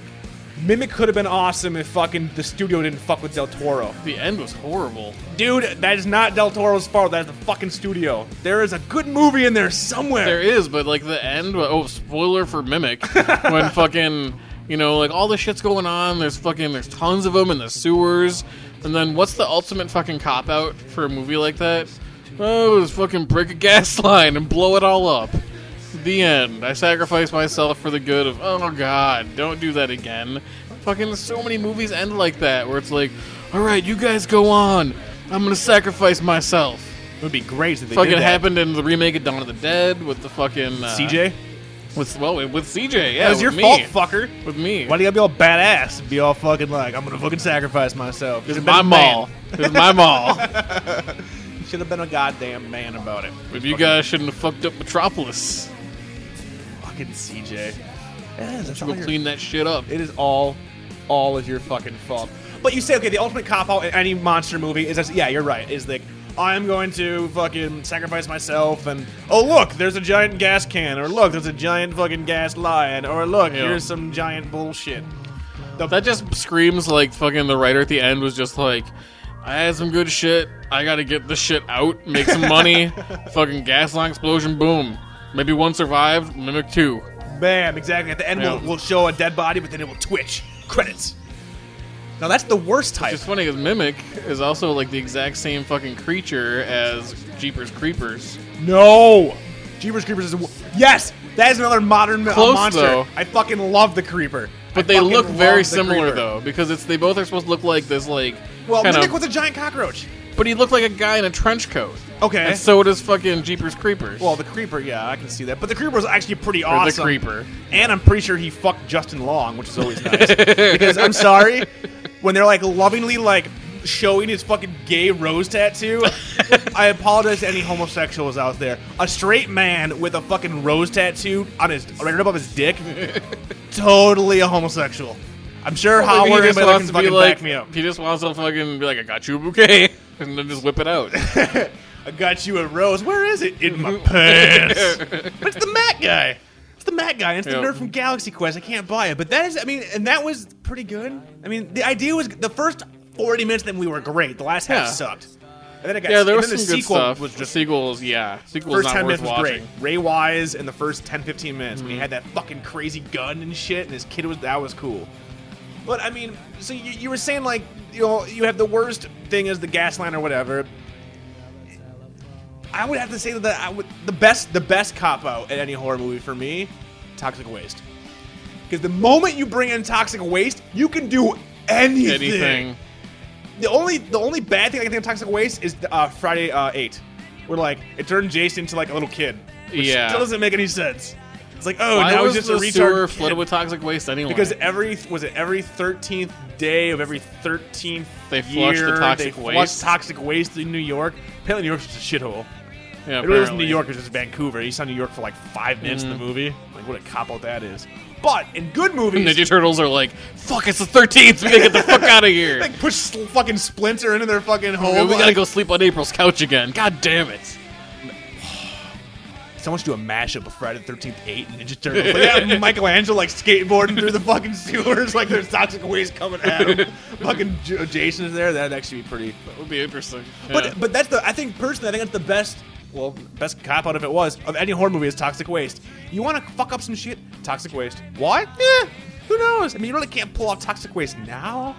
Mimic could have been awesome if fucking the studio didn't fuck with Del Toro. The end was horrible. Dude, that is not Del Toro's fault. That is the fucking studio. There is a good movie in there somewhere. There is, but like the end. Oh, spoiler for Mimic. when fucking, you know, like all the shit's going on. There's fucking, there's tons of them in the sewers. And then what's the ultimate fucking cop out for a movie like that? Oh, just fucking break a gas line and blow it all up. The end. I sacrificed myself for the good of. Oh God, don't do that again. Fucking so many movies end like that, where it's like, all right, you guys go on. I'm gonna sacrifice myself. It would be great if they fucking did that. happened in the remake of Dawn of the Dead with the fucking uh, CJ? With well, with CJ, yeah, that was with your me. fault, fucker. With me, Why do you gotta be all badass and be all fucking like, I'm gonna fucking sacrifice myself? this is my mall. This is my mall. Should have been a goddamn man about it. But you guys shouldn't have fucked up Metropolis. Fucking CJ. You go clean that shit up. It is all, all is your fucking fault. But you say, okay, the ultimate cop out in any monster movie is, just, yeah, you're right. Is like, I'm going to fucking sacrifice myself, and oh look, there's a giant gas can, or look, there's a giant fucking gas lion, or look, Yeah. here's some giant bullshit. That just screams like fucking the writer at the end was just like, I had some good shit. I gotta get this shit out, make some money. fucking gas line explosion, boom. Maybe one survived, mimic two. Bam, exactly. At the end, Yeah. we'll, we'll show a dead body, but then it will twitch. Credits. Now that's the worst type. It's funny because Mimic is also like the exact same fucking creature as Jeepers Creepers. No, Jeepers Creepers is a w- yes. That is another modern uh, Close, monster. though. I fucking love the creeper. I But they fucking look love very the similar Creeper. though, because it's they both are supposed to look like this like Well, kind Mimic of, was a giant cockroach. but he looked like a guy in a trench coat. Okay. And so does fucking Jeepers Creepers. well, the creeper, yeah, I can see that. But the creeper was actually pretty or awesome. the creeper. And I'm pretty sure he fucked Justin Long, which is always nice. because I'm sorry, when they're like lovingly like showing his fucking gay rose tattoo, I apologize to any homosexuals out there. A straight man with a fucking rose tattoo on his right above his dick, totally a homosexual. I'm sure Like, Howard he and just Miller wants can to be fucking like back me up. he just wants to fucking be like, I got you a bouquet, and then just whip it out. I got you a rose. Where is it? In my pants. but it's the Mac guy. It's the Mac guy. It's the Yeah. nerd from Galaxy Quest. I can't buy it. But that is, I mean, and that was pretty good. I mean, the idea was the first 40 minutes then we were great. The last half Yeah. sucked. And then it got yeah, there and was then some the good sequel stuff. was the just sequels, yeah, sequels first not 10 minutes worth was watching. great. Ray Wise in the first 10 15 minutes when he had that fucking crazy gun and shit and his kid was that was cool. But I mean, so you, you were saying like you know you have the worst thing is the gas line or whatever. I would have to say that I would, the best the best cop out in any horror movie for me, toxic waste. Because the moment you bring in toxic waste, you can do anything. Anything. The only the only bad thing I can think of toxic waste is uh, Friday uh, Eight, where like it turned Jason into like a little kid. Which Yeah. still doesn't make any sense. It's like oh Why now was he's just the a retard. sewer kid. flooded with toxic waste anyway? Because every was it every thirteenth day of every thirteenth They year, flush the toxic they flush waste? toxic waste in New York. Apparently, New York's just a shithole. yeah, It really wasn't New apparently. Mm. York; it was just Vancouver. You saw New York for like five minutes in the movie. Like what a cop out that is. But in good movies, Ninja Turtles are like, fuck, it's the 13th. We gotta get the fuck out of here. they push sl- fucking Splinter into their fucking home. we gotta like- go sleep on April's couch again. God damn it. Someone should do a mashup of Friday the Thirteenth Eight and Ninja Turtles. Like, yeah, Michelangelo like skateboarding through the fucking sewers, like there's toxic waste coming at him. fucking J- oh, Jason is there. That'd actually be pretty. That would be interesting. But but that's the I think personally I think that's the best well best cop out if it was of any horror movie is toxic waste. You want to fuck up some shit, toxic waste. Why? Yeah, who knows? I mean, you really can't pull off toxic waste now.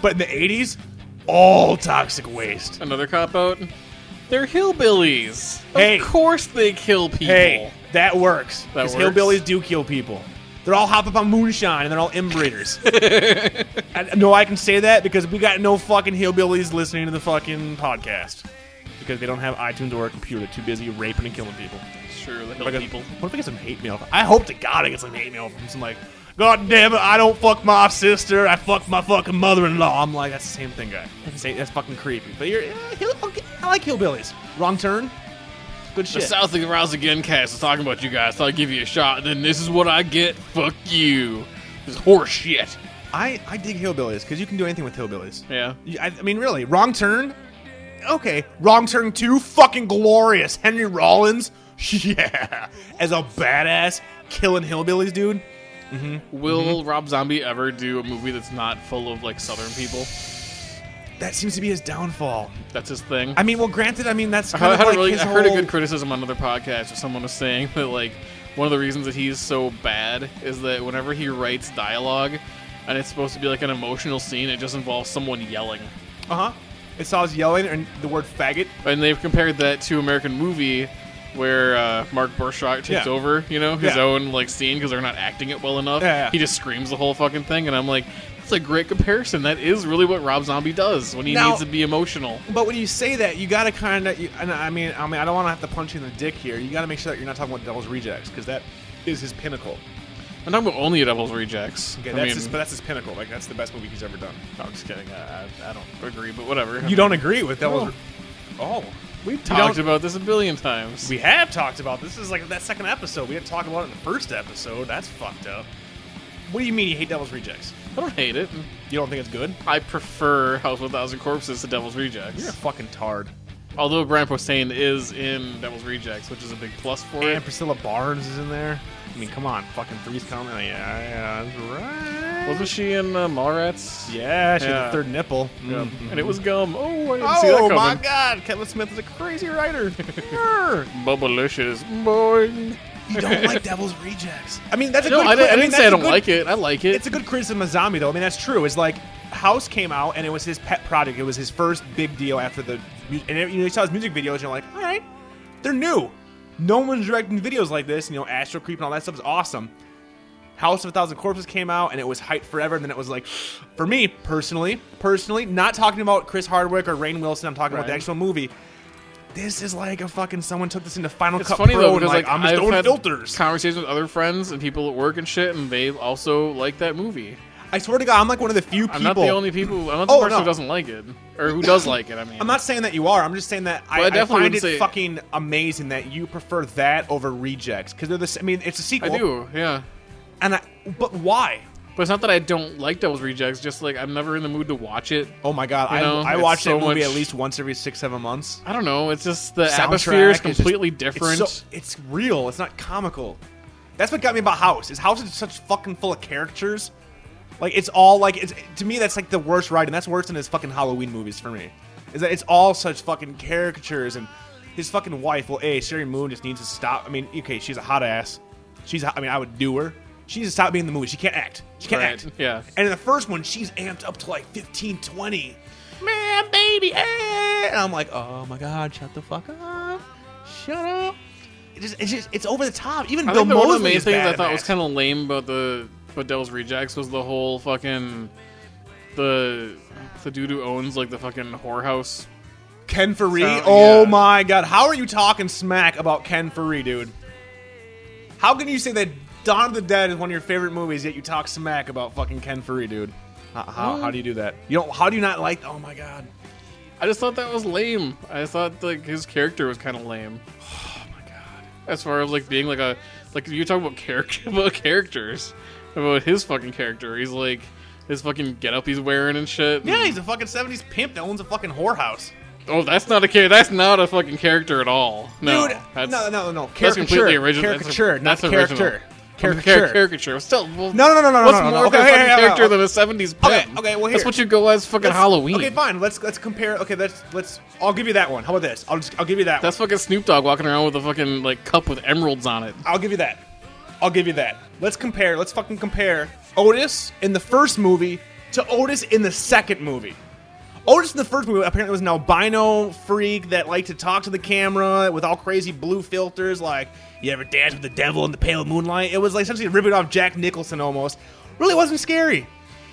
But in the '80s, all toxic waste. another cop out. They're hillbillies. Hey. Of course they kill people. Hey, that works. That Because works. hillbillies do kill people. They're all hop up on moonshine and they're all inbreeders. I, no, I can say that because we got no fucking hillbillies listening to the fucking podcast. Because they don't have iTunes or a computer. They're too busy raping and killing people. Sure, they What kill if I get- people. What if I get some hate mail? I hope to God I get some hate mail from some like, God damn it, I don't fuck my sister, I fuck my fucking mother-in-law. I'm like, that's the same thing, guy. That's, the- that's fucking creepy. But you're, eh, hill, okay, I like hillbillies. Wrong turn. Good The shit. South of the Rouse Again cast is talking about you guys. Thought I'd give you a shot, and then this is what I get. Fuck you. This is horse shit. I, I dig hillbillies because you can do anything with hillbillies. Yeah. You- I, I mean, really, wrong turn. Okay, wrong turn two. Fucking glorious, Henry Rollins. Yeah, as a badass killing hillbillies, dude. Mm-hmm. Will Rob Zombie ever do a movie that's not full of like Southern people? That seems to be his downfall. That's his thing. I mean, well, granted, I mean that's I kind heard, of I heard like a really, his I heard a whole- good criticism on another podcast where someone was saying that like one of the reasons that he's so bad is that whenever he writes dialogue and it's supposed to be like an emotional scene, it just involves someone yelling. Uh huh. It saw us yelling and the word faggot. And they've compared that to American Movie, where uh, Mark Burshot takes Yeah. over, you know, his Yeah. own like scene because they're not acting it well enough. Yeah, yeah. He just screams the whole fucking thing, and I'm like, that's a great comparison. That is really what Rob Zombie does when he Now- needs to be emotional. But when you say that, you gotta kind of. And I mean, I mean, I don't want to have to punch you in the dick here. You gotta make sure that you're not talking about Devil's Rejects because that is his pinnacle. I'm talking about only Devil's Rejects. Okay, I that's mean- his, but that's his pinnacle. Like that's the best movie he's ever done. No, I'm just kidding. I, I, I don't agree, but whatever. You don't agree with Devil's? No. Oh, we've talked about this a billion times. We have talked about this. Is like that second episode. We didn't talk about it in the first episode. That's fucked up. What do you mean you hate Devil's Rejects? I don't hate it. You don't think it's good? I prefer House of a Thousand Corpses to Devil's Rejects. You're a fucking tard. Although Brian Posehn is in Devil's Rejects, which is a big plus for it. And Priscilla Barnes is in there. I mean, come on, fucking Three's coming. Yeah, yeah, that's right. Wasn't she in uh, Mallrats? yeah, she had Yeah. the third nipple. Yep. Mhm. And it was gum. Oh, I didn't see that Oh coming. my God, Kevin Smith is a crazy writer. Grr. Bubblicious. Boing. you don't like Devil's Rejects? I mean, that's a No, good. I, cri- didn't, I mean, didn't that's say I a don't good- like it. I like it. It's a good criticism of Zombie, though. I mean, that's true. It's like House came out and it was his pet project. It was his first big deal after the. mu- And it, you, know, you saw his music videos, and you're like, all right, they're new. No one's directing videos like this. You know, Astro Creep and all that stuff is awesome. House of a Thousand Corpses came out and it was hyped forever. And then it was like, for me personally, personally, not talking about Chris Hardwick or Rain Wilson. I'm talking about the Right. actual movie. This is like a fucking someone took this into Final It's Cut funny Pro though and because like, like, I'm just I've throwing had filters. conversations with other friends and people at work and shit, and they also like that movie. I swear to God, I'm like one of the few people. I'm not the only people. I'm not the Oh, person no. who doesn't like it, or who does like it. I mean, I'm not saying that you are. I'm just saying that I, Well, I I definitely find wouldn't it say- fucking amazing that you prefer that over rejects because they're the. s- I mean, it's a I sequel. do, yeah. And I, but why? But it's not that I don't like Devil's Rejects. Just like I'm never in the mood to watch it. Oh my god! You I, know, I it's watch that so movie much- at least once every six seven months. I don't know. It's just the Soundtrack atmosphere is just- completely it's different. so- It's, real. It's not comical. That's what got me about House. Is House is such fucking full of characters. Like it's all like it's to me that's like the worst ride, and that's worse than his fucking Halloween movies for me. Is that it's all such fucking caricatures and his fucking wife. Well, a Sherry Moon just needs to stop. I mean, okay, she's a hot ass. She's a- I mean, I would do her. She needs to stop being in the movie. She can't act. She can't act. Right, yeah. And in the first one, she's amped up to like 15, 20. Man, baby, eh. And I'm like, oh my god, shut the fuck up. Shut up. It just, it's just, it's over the top. Even I Bill think the one of the Moseley main is things bad I at thought that. was kind of lame about the about Devil's Rejects was the whole fucking the the dude who owns like the fucking whorehouse. Ken Faree. So, oh yeah. my god, how are you talking smack about Ken Faree, dude? How can you say that Dawn of the Dead is one of your favorite movies, yet you talk smack about fucking Ken Faree, dude? How, how, how do you do that? You don't. How do you not like? Oh my god. I just thought that was lame. I thought like his character was kind of lame. Oh my god! As far as like being like a like you talk about character about characters about his fucking character. He's like his fucking getup he's wearing and shit. Yeah, he's a fucking '70s pimp that owns a fucking whorehouse. Oh, that's not a character. That's not a fucking character at all. No, Dude, that's, no, no, no. That's Caricature. completely original. That's a- Caricature, that's not original. character. Caricature. Caricature. Caricature. Still, well, No, no, no, no, no, What's no, no. more Okay, of a hey, fucking hey, hey, character hey. than a '70s pimp? Okay, okay, well, that's here. what you go as fucking Let's- Halloween. Okay, fine. Let's let's compare. Okay, let's let's. I'll give you that one. How about this? I'll just I'll give you that. That's fucking Snoop Dogg walking around with a fucking like cup with emeralds on it. I'll give you that. I'll give you that. Let's compare. Let's fucking compare Otis in the first movie to Otis in the second movie. Otis in the first movie apparently was an albino freak that liked to talk to the camera with all crazy blue filters, like you ever dance with the devil in the pale moonlight. It was like essentially ripping off Jack Nicholson almost. Really wasn't scary.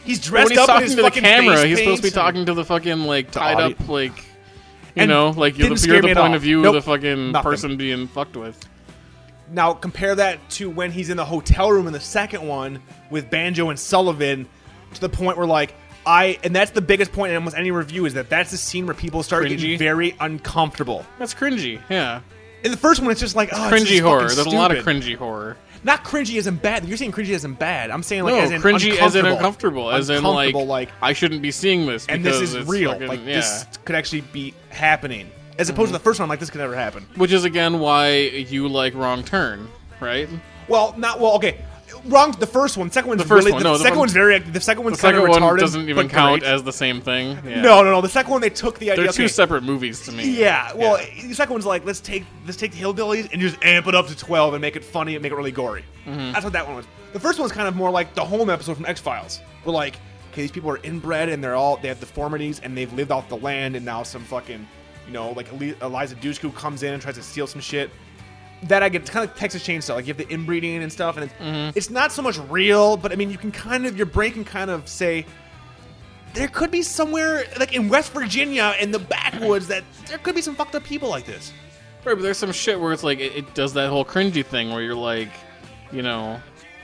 He's dressed When he's up in talking his to the fucking camera, face he's supposed to be paints and- talking to the fucking like tied audi- up like. You And know, like you're didn't the, scare you're the me at point all. of view of Nope, the fucking nothing. person being fucked with. Now compare that to when he's in the hotel room in the second one with Banjo and Sullivan, to the point where like I and that's the biggest point in almost any review is that that's the scene where people start Cringy. getting very uncomfortable. That's cringy. Yeah, In the first one, it's just like oh, it's cringy just horror. There's fucking a lot of stupid. cringy horror. Not cringy as in bad. You're saying cringy as in bad. I'm saying like no, as in cringy as in uncomfortable, uncomfortable, as in like, Uncomfortable, like I shouldn't be seeing this. and this because is it's real. fucking- like yeah. Mm-hmm. this could actually be happening. As opposed to the first one, I'm like this could never happen. which is again why you like Wrong Turn, right? Well, not well. Okay, wrong. The first one, second one's first really, the one, no, the second one- one's very. The second one's The second kind of retarded. one doesn't even but count great. as the same thing. Yeah. No, no, no. The second one they took the idea. they're two okay. separate movies to me. Yeah. Well, the second one's like let's take let's take the hillbillies and just amp it up to twelve and make it funny and make it really gory. That's what that one was. The first one's kind of more like the home episode from X Files. We're like, okay, these people are inbred and they're all they have deformities and they've lived off the land and now some fucking you know like Eli- Eliza Dushku comes in and tries to steal some shit. That I get, it's kind of like Texas Chainsaw. Like you have the inbreeding and stuff, and it's, it's not so much real, but I mean, you can kind of your brain can kind of say, there could be somewhere like in West Virginia in the backwoods that there could be some fucked up people like this. Right, but there's some shit where it's like it, it does that whole cringy thing where you're like, you know,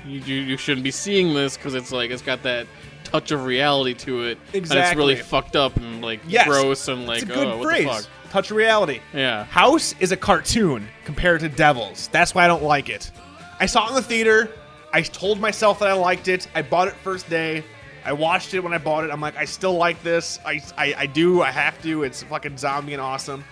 you you, you shouldn't be seeing this because it's like it's got that touch of reality to it, and it's Exactly. really fucked up and like Yes, gross and like it's a good oh, what phrase. the fuck? Touch of reality. Yeah. House is a cartoon compared to Devils. That's why I don't like it. I saw it in the theater. I told myself that I liked it. I bought it first day. I watched it when I bought it. I'm like, I still like this. I, I, I do. I have to. It's fucking zombie and awesome.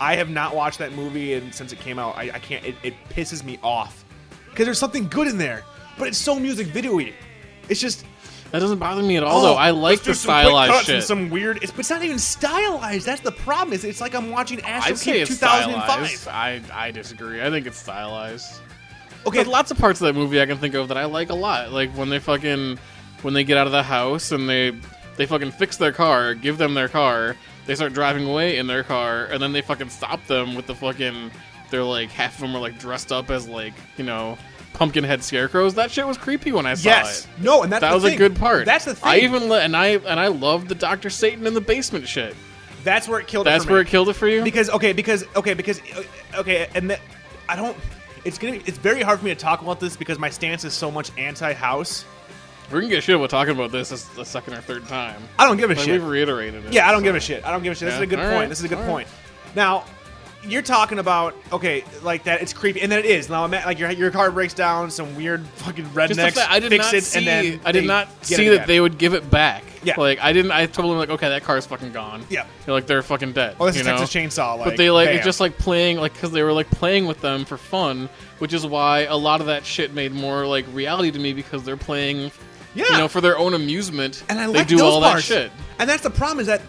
I have not watched that movie and since it came out. I, I can't. It, it pisses me off because there's something good in there, but it's so music video-y. It's just That doesn't bother me at all. though I Oh, like let's do the some quick cuts stylized and shit. Some weird. It's, but it's not even stylized. That's the problem. Is it's like I'm watching Astro I'd say Kid it's 2005. stylized. I I disagree. I think it's stylized. Okay, There's lots of parts of that movie I can think of that I like a lot. Like when they fucking when they get out of the house and they they fucking fix their car, give them their car, they start driving away in their car, and then they fucking stop them with the fucking they're like half of them are like dressed up as like, you know, pumpkin head scarecrows. That shit was creepy when I saw yes, it. no, and that's That the was a thing. good part. That's the thing. I even li- and I and I loved the Doctor Satan in the basement shit. that's where it killed. That's it for me. where it killed it for you. Because okay, because okay, because uh, okay, and that I don't. It's gonna. It's very hard for me to talk about this because my stance is so much anti-house. We're gonna get shit about talking about this. This is the second or third time. I don't give a Like, Oh, shit. we've reiterated it. Yeah, I don't give a shit. I don't give a shit. This Yeah, is a good all point. right, This is a good all right. point. Now, you're talking about okay, like that. It's creepy, and then it is. Now, ima- like your your car breaks down, some weird fucking Just the rednecks fact- I did fix not it, see, and then I did they not get see it that again. they would give it back. Yeah. like I didn't. I told them like, okay, that car's fucking gone. Yeah. You're like they're fucking dead. Oh, this is you know? Texas Chainsaw. Like, But they like bam. it's just like playing like because they were like playing with them for fun, which is why a lot of that shit made more like reality to me because they're playing, Yeah. you know, for their own amusement. and I they like do those all parts. that shit. And that's the problem is that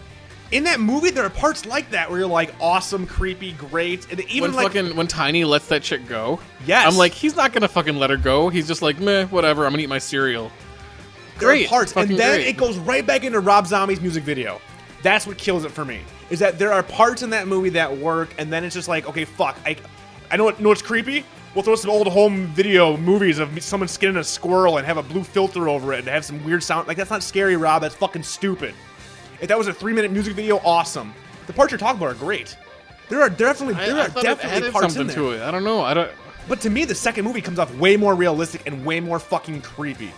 in that movie there are parts like that where you're like awesome, creepy, great, and even when like fucking when Tiny lets that shit go, Yes. I'm like he's not gonna fucking let her go. He's just like meh, whatever. I'm gonna eat my cereal. there are great, parts, fucking and then great. it goes right back into Rob Zombie's music video. That's what kills it for me. Is that there are parts in that movie that work, and then it's just like, okay, fuck. I, I know what. Know what's creepy? We'll throw some old home video movies of someone skinning a squirrel and have a blue filter over it and have some weird sound. Like that's not scary, Rob. That's fucking stupid. If that was a three-minute music video, awesome. The parts you're talking about are great. There are definitely I, there I are thought it definitely added parts in something there. to it. I don't know. I don't. But to me, the second movie comes off way more realistic and way more fucking creepy.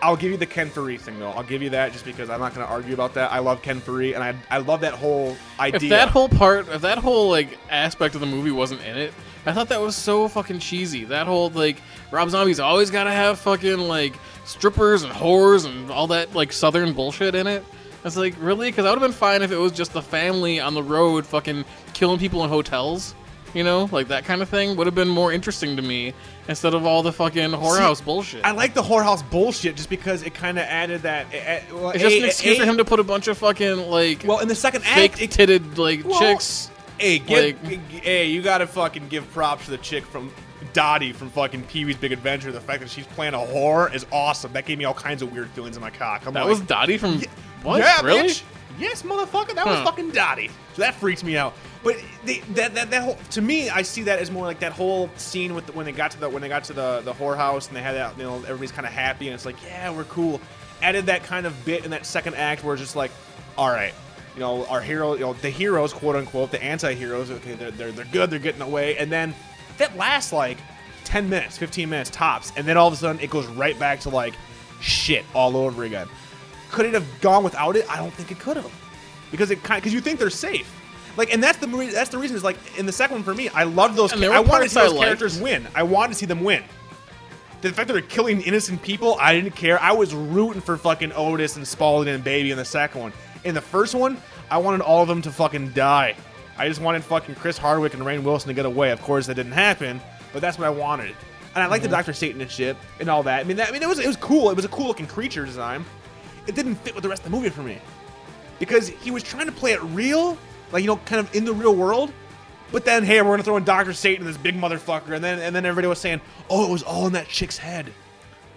I'll give you the Ken Faree thing though. I'll give you that just because I'm not going to argue about that. I love Ken Faree and I I love that whole idea. If that whole part, if that whole like aspect of the movie wasn't in it, I thought that was so fucking cheesy. That whole like Rob Zombie's always got to have fucking like strippers and whores and all that like southern bullshit in it. I was like, really? Because I would have been fine if it was just the family on the road fucking killing people in hotels. You know, like that kind of thing would have been more interesting to me instead of all the fucking whorehouse bullshit. I like the whorehouse bullshit just because it kind of added that. It, it- well, it's just an A- excuse A- for him to put a bunch of fucking like Well, in the second act, fake it, titted like Well, chicks. Hey, give, Like- hey, you gotta fucking give props to the chick from Dottie from fucking Pee Wee's Big Adventure. The fact that she's playing a whore is awesome. That gave me all kinds of weird feelings in my cock. I'm That like, was Dottie from what? Yeah, really? bitch. Yes, motherfucker. That was Huh. fucking Dottie. So that freaks me out. But they, that, that that whole to me, I see that as more like that whole scene with the, when they got to the when they got to the the whorehouse and they had that you know everybody's kind of happy and it's like yeah we're cool. Added that kind of bit in that second act where it's just like, all right, you know our hero, you know the heroes quote unquote the anti-heroes. Okay, they're they're, they're good. They're getting away. And then that lasts like ten minutes, fifteen minutes tops. And then all of a sudden it goes right back to like shit all over again. Could it have gone without it? I don't think it could have, because it kind because you think they're safe. Like, and that's the movie. That's the reason. Is like in the second one for me, I loved those. And cha- there I were wanted to parts see I those liked. characters win. I wanted to see them win. The fact that they're killing innocent people, I didn't care. I was rooting for fucking Otis and Spaulding and Baby in the second one. In the first one, I wanted all of them to fucking die. I just wanted fucking Chris Hardwick and Rain Wilson to get away. Of course, that didn't happen, but that's what I wanted. and I like the Doctor Satan and shit and all that. I mean, that, I mean, it was it was cool. It was a cool looking creature design. It didn't fit with the rest of the movie for me because he was trying to play it real, like you know, kind of in the real world. But then, hey, we're gonna throw in Doctor Satan, this big motherfucker, and then and then everybody was saying, oh, it was all in that chick's head.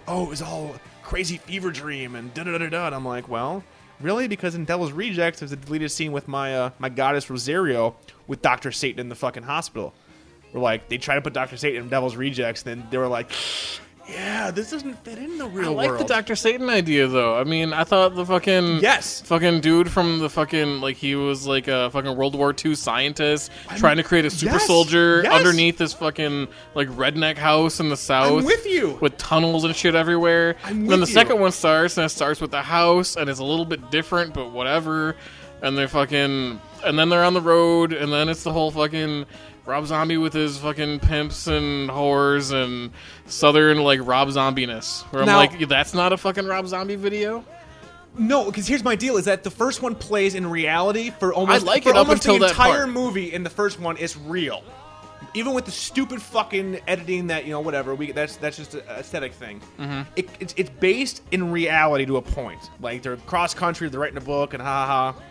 Oh, it was all crazy fever dream and da da da da da. And I'm like, well, really? Because in Devil's Rejects, there's a deleted scene with my uh, my goddess Rosario with Doctor Satan in the fucking hospital. We're like, they try to put Doctor Satan in Devil's Rejects, then they were like, yeah, this doesn't fit in the real I like world. the Doctor Satan idea though. I mean, I thought the fucking Yes. fucking dude from the fucking like he was like a fucking World War II scientist trying to create a super yes, soldier yes. underneath this fucking like redneck house in the south. with you. with tunnels and shit everywhere. I'm and then the with you. second one starts and it starts with the house and it's a little bit different, but whatever. And they're fucking and then they're on the road and then it's the whole fucking. Rob Zombie with his fucking pimps and whores and southern like Rob Zombiness, where I'm Now- like, that's not a fucking Rob Zombie video. No, because here's my deal: is that the first one plays in reality for almost I like for it up almost until the that entire part. movie. In the first one, it's real, even with the stupid fucking editing that you know whatever. We that's that's just an aesthetic thing. Mm-hmm. It, it's it's based in reality to a point. Like they're cross country, they're writing a book, and ha ha. ha.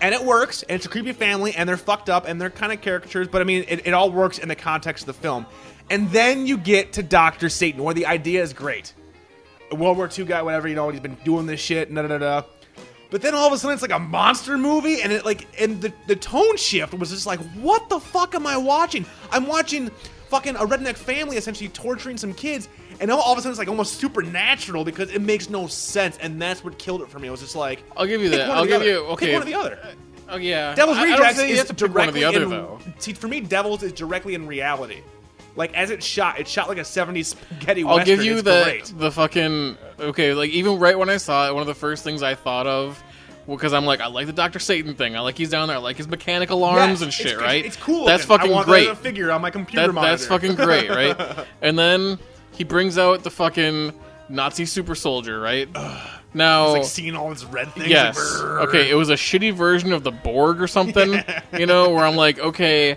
And it works, and it's a creepy family, and they're fucked up, and they're kind of caricatures, but I mean, it, it all works in the context of the film. And then you get to Dr. Satan, where the idea is great. A World War II guy, whatever, you know, he's been doing this shit, da da da da. But then all of a sudden it's like a monster movie, and it like and the, the tone shift was just like, what the fuck am I watching? I'm watching fucking a redneck family essentially torturing some kids, and now all of a sudden it's like almost supernatural because it makes no sense, and that's what killed it for me. It was just like I'll give you pick that. one or I'll the give other. you- okay. Pick one or the other. Oh yeah, Devil's I- I don't Rejects say you is have to pick one or directly the other in- though. See, for me, Devils is directly in reality. Like as it's shot, it's shot like a '70s spaghetti I'll western. give you It's the great. the fucking okay. Like even right when I saw it, one of the first things I thought of because I'm like, I like the Doctor Satan thing. I like he's down there. I like his mechanical arms Yes, and shit. it's, it's- right? It's, cool. That's looking. fucking I want that great. as a figure on my computer That, monitor. that's fucking great, right? and then he brings out the fucking Nazi super soldier, right? now, like seeing all this red things. yes, like, brrr. okay, it was a shitty version of the Borg or something, you know, where I'm like, okay,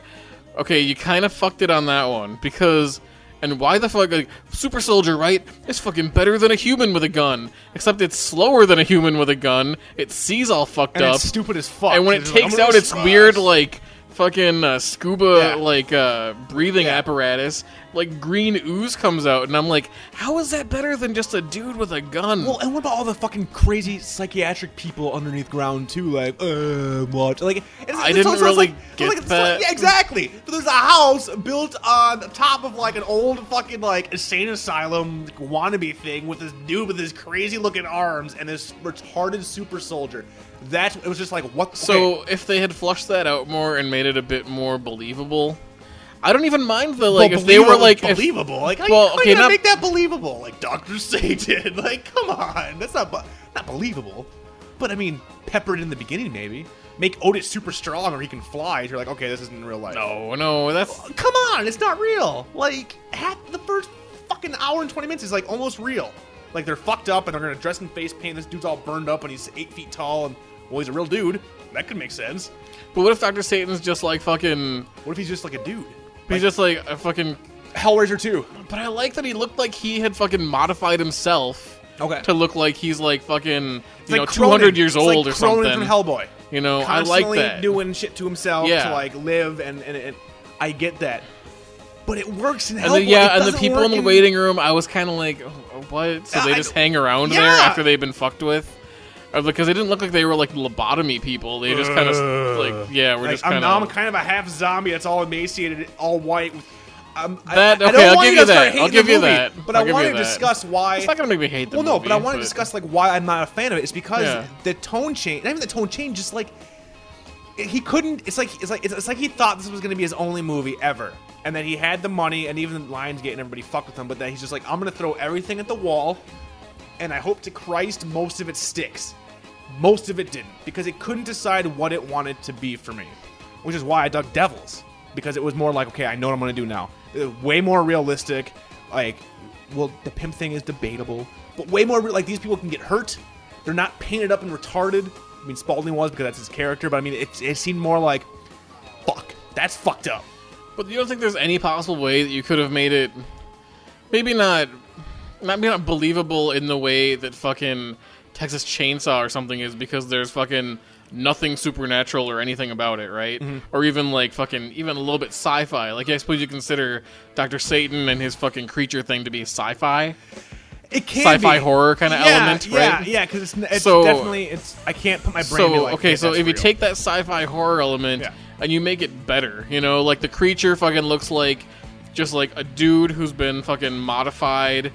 okay, you kind of fucked it on that one because. And why the fuck, like, super soldier, right? It's fucking better than a human with a gun. Except it's slower than a human with a gun. It sees all fucked And up. it's stupid as fuck. And when it It's like, takes I'm gonna out its surprise. weird like fucking uh, scuba Yeah. like uh, breathing Yeah. apparatus, like green ooze comes out, and I'm like, how is that better than just a dude with a gun? Well, and what about all the fucking crazy psychiatric people underneath ground too? Like, uh, what? Like, it's, it's I didn't also- it's really like, get like, it's like- that. yeah, exactly. So there's a house built on top of like an old fucking like insane asylum wannabe thing with this dude with his crazy looking arms and this retarded super soldier. That's it was just like what. okay. so if they had flushed that out more and made it a bit more believable, I don't even mind the like Well, if they were believable- like if- believable. like, how well, you- how okay, you gonna not- make that believable? Like Doctor Satan. Like, come on, that's not bu- not believable. But I mean, peppered in the beginning, maybe make Otis super strong or he can fly. You're like, okay, this isn't real life. no, no, that's come on, it's not real. Like half the first fucking hour and twenty minutes is like almost real. Like they're fucked up and they're gonna dress in face paint. This dude's all burned up and he's eight feet tall and well, he's a real dude. That could make sense. but what if Doctor Satan's just like fucking? What if he's just like a dude? He's just like a fucking Hellraiser two. But I like that he looked like he had fucking modified himself. Okay. To look like he's like fucking, It's you know, like two hundred Cronin. years It's old like or Cronin something. From Hellboy, You know, I like constantly that. doing shit to himself Yeah. to like live and, and and I get that, but it works in and Hellboy. then, yeah, It and the doesn't people in work the waiting room, I was kind of like, oh, what? So Yeah, they I just don't- hang around there Yeah. after they've been fucked with, Or because they didn't look like they were like lobotomy people. They just kind of like, yeah, we're Like, just I'm, kind now I'm of. kind of a half zombie that's all emaciated, all white. With, um, I- That- I, okay, don't I'll want give you you to start that. I'll hating give the you movie, that. But I'll I give want you to that. discuss why. It's not gonna make me hate the Well, no, but I movie, want to discuss like why I'm not a fan of it. It's because Yeah. the tone change, not even the tone change, just like he couldn't. It's like it's like it's, it's like he thought this was gonna be his only movie ever, and that he had the money, and even the Lions getting everybody fucked with him. But that he's just like, I'm gonna throw everything at the wall, and I hope to Christ most of it sticks. Most of it didn't because it couldn't decide what it wanted to be for me, which is why I dug Devils because it was more like, okay, I know what I'm gonna do now. Uh, Way more realistic. Like, well, the pimp thing is debatable, but way more re- like these people can get hurt. They're not painted up and retarded. I mean, Spalding was because that's his character, but I mean, it, it seemed more like, fuck, that's fucked up. But you don't think there's any possible way that you could have made it maybe not not maybe not believable in the way that fucking Texas Chainsaw or something is because there's fucking nothing supernatural or anything about it, right? Or even like fucking even a little bit sci-fi. Like I suppose you consider Doctor Satan and his fucking creature thing to be sci-fi, It can sci-fi be. horror kind of yeah, element, yeah, right? Yeah, because it's, n- it's So- definitely it's. I can't put my brain. so to, like, okay, yeah, so that's if you real. take that sci-fi horror element Yeah. and you make it better, you know, like the creature fucking looks like just like a dude who's been fucking modified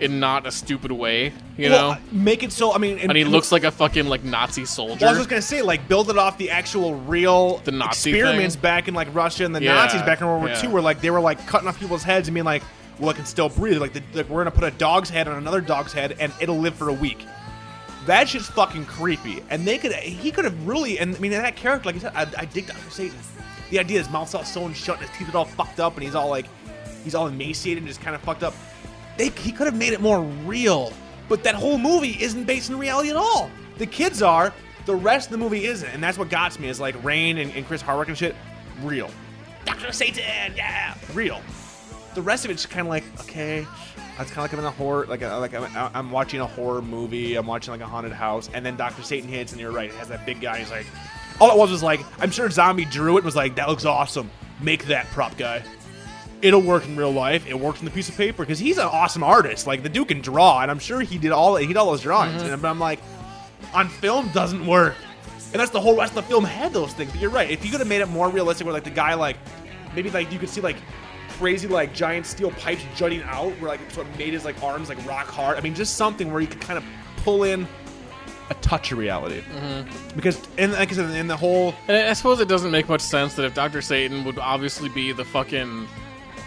in not a stupid way, you Well, know, make it so. I mean, and he looks like a fucking like Nazi soldier. Well, I was just gonna say, like, build it off the actual real The Nazi experiments thing? back in like Russia and the Yeah, Nazis back in World War yeah. II, where like they were like cutting off people's heads and being like, "Well, it can still breathe." Like, the, like we're gonna put a dog's head on another dog's head and it'll live for a week. That shit's fucking creepy. And they could, he could have really, and I mean, and that character, like I said, I, I dig Doctor Satan. The idea is his mouth's all sewn shut and his teeth are all fucked up, and he's all like, he's all emaciated and just kind of fucked up. They, he could have made it more real, but that whole movie isn't based in reality at all. The kids are, the rest of the movie isn't, and that's what got me. Is like Rain and, and Chris Hardwick and shit, real. Doctor Satan, yeah, real the rest of it's kind of like okay that's kind of like i'm in a horror like uh, like I'm, I'm watching a horror movie i'm watching like a haunted house and then dr satan hits and you're right it has that big guy he's like all it was was like i'm sure zombie drew it and was like that looks awesome make that prop guy it'll work in real life it worked in the piece of paper because he's an awesome artist like the dude can draw and i'm sure he did all he did all those drawings and but i'm like on film doesn't work. And that's the whole rest of the film had those things. But you're right. If you could have made it more realistic, where like the guy like maybe like you could see like crazy like giant steel pipes jutting out, where like it sort of made his like arms like rock hard. I mean, just something where you could kind of pull in a touch of reality. Because and like I said, in the whole And Mm-hmm. I- I suppose it doesn't make much sense that if Doctor Satan would obviously be the fucking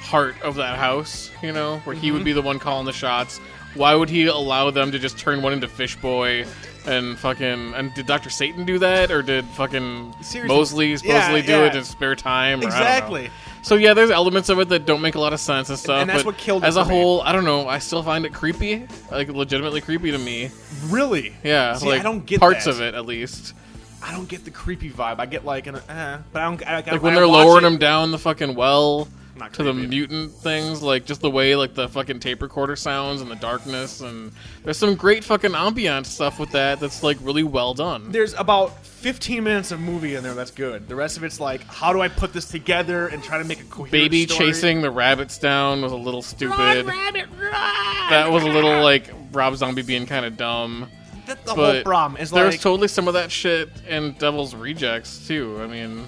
heart of that house, you know, where he would Mm-hmm. be the one calling the shots. Why would he allow them to just turn one into Fish Boy and fucking? And did Doctor Satan do that, or did fucking Seriously. Mosley supposedly do yeah. it in his spare time? or I don't know. Exactly. So yeah, there's elements of it that don't make a lot of sense and stuff. and that's but what killed it As a for me. whole, I don't know. I still find it creepy, like legitimately creepy to me. really, Yeah, See, like I don't get parts that. of it at least. I don't get the creepy vibe. I get like an uh, but I don't I, I- like when I they're watch lowering it- him down the fucking well Not to the creepy. mutant things, like just the way like the fucking tape recorder sounds and the darkness, and there's some great fucking ambiance stuff with that that's like really well done. there's about 15 minutes of movie in there that's good. The rest of it's like, how do I put this together and try to make a coherent Baby story? chasing the rabbits down was a little stupid. That was a little like Rob Zombie being kind of dumb. That's the But whole problem. Is there's like, totally some of that shit in Devil's Rejects too. I mean,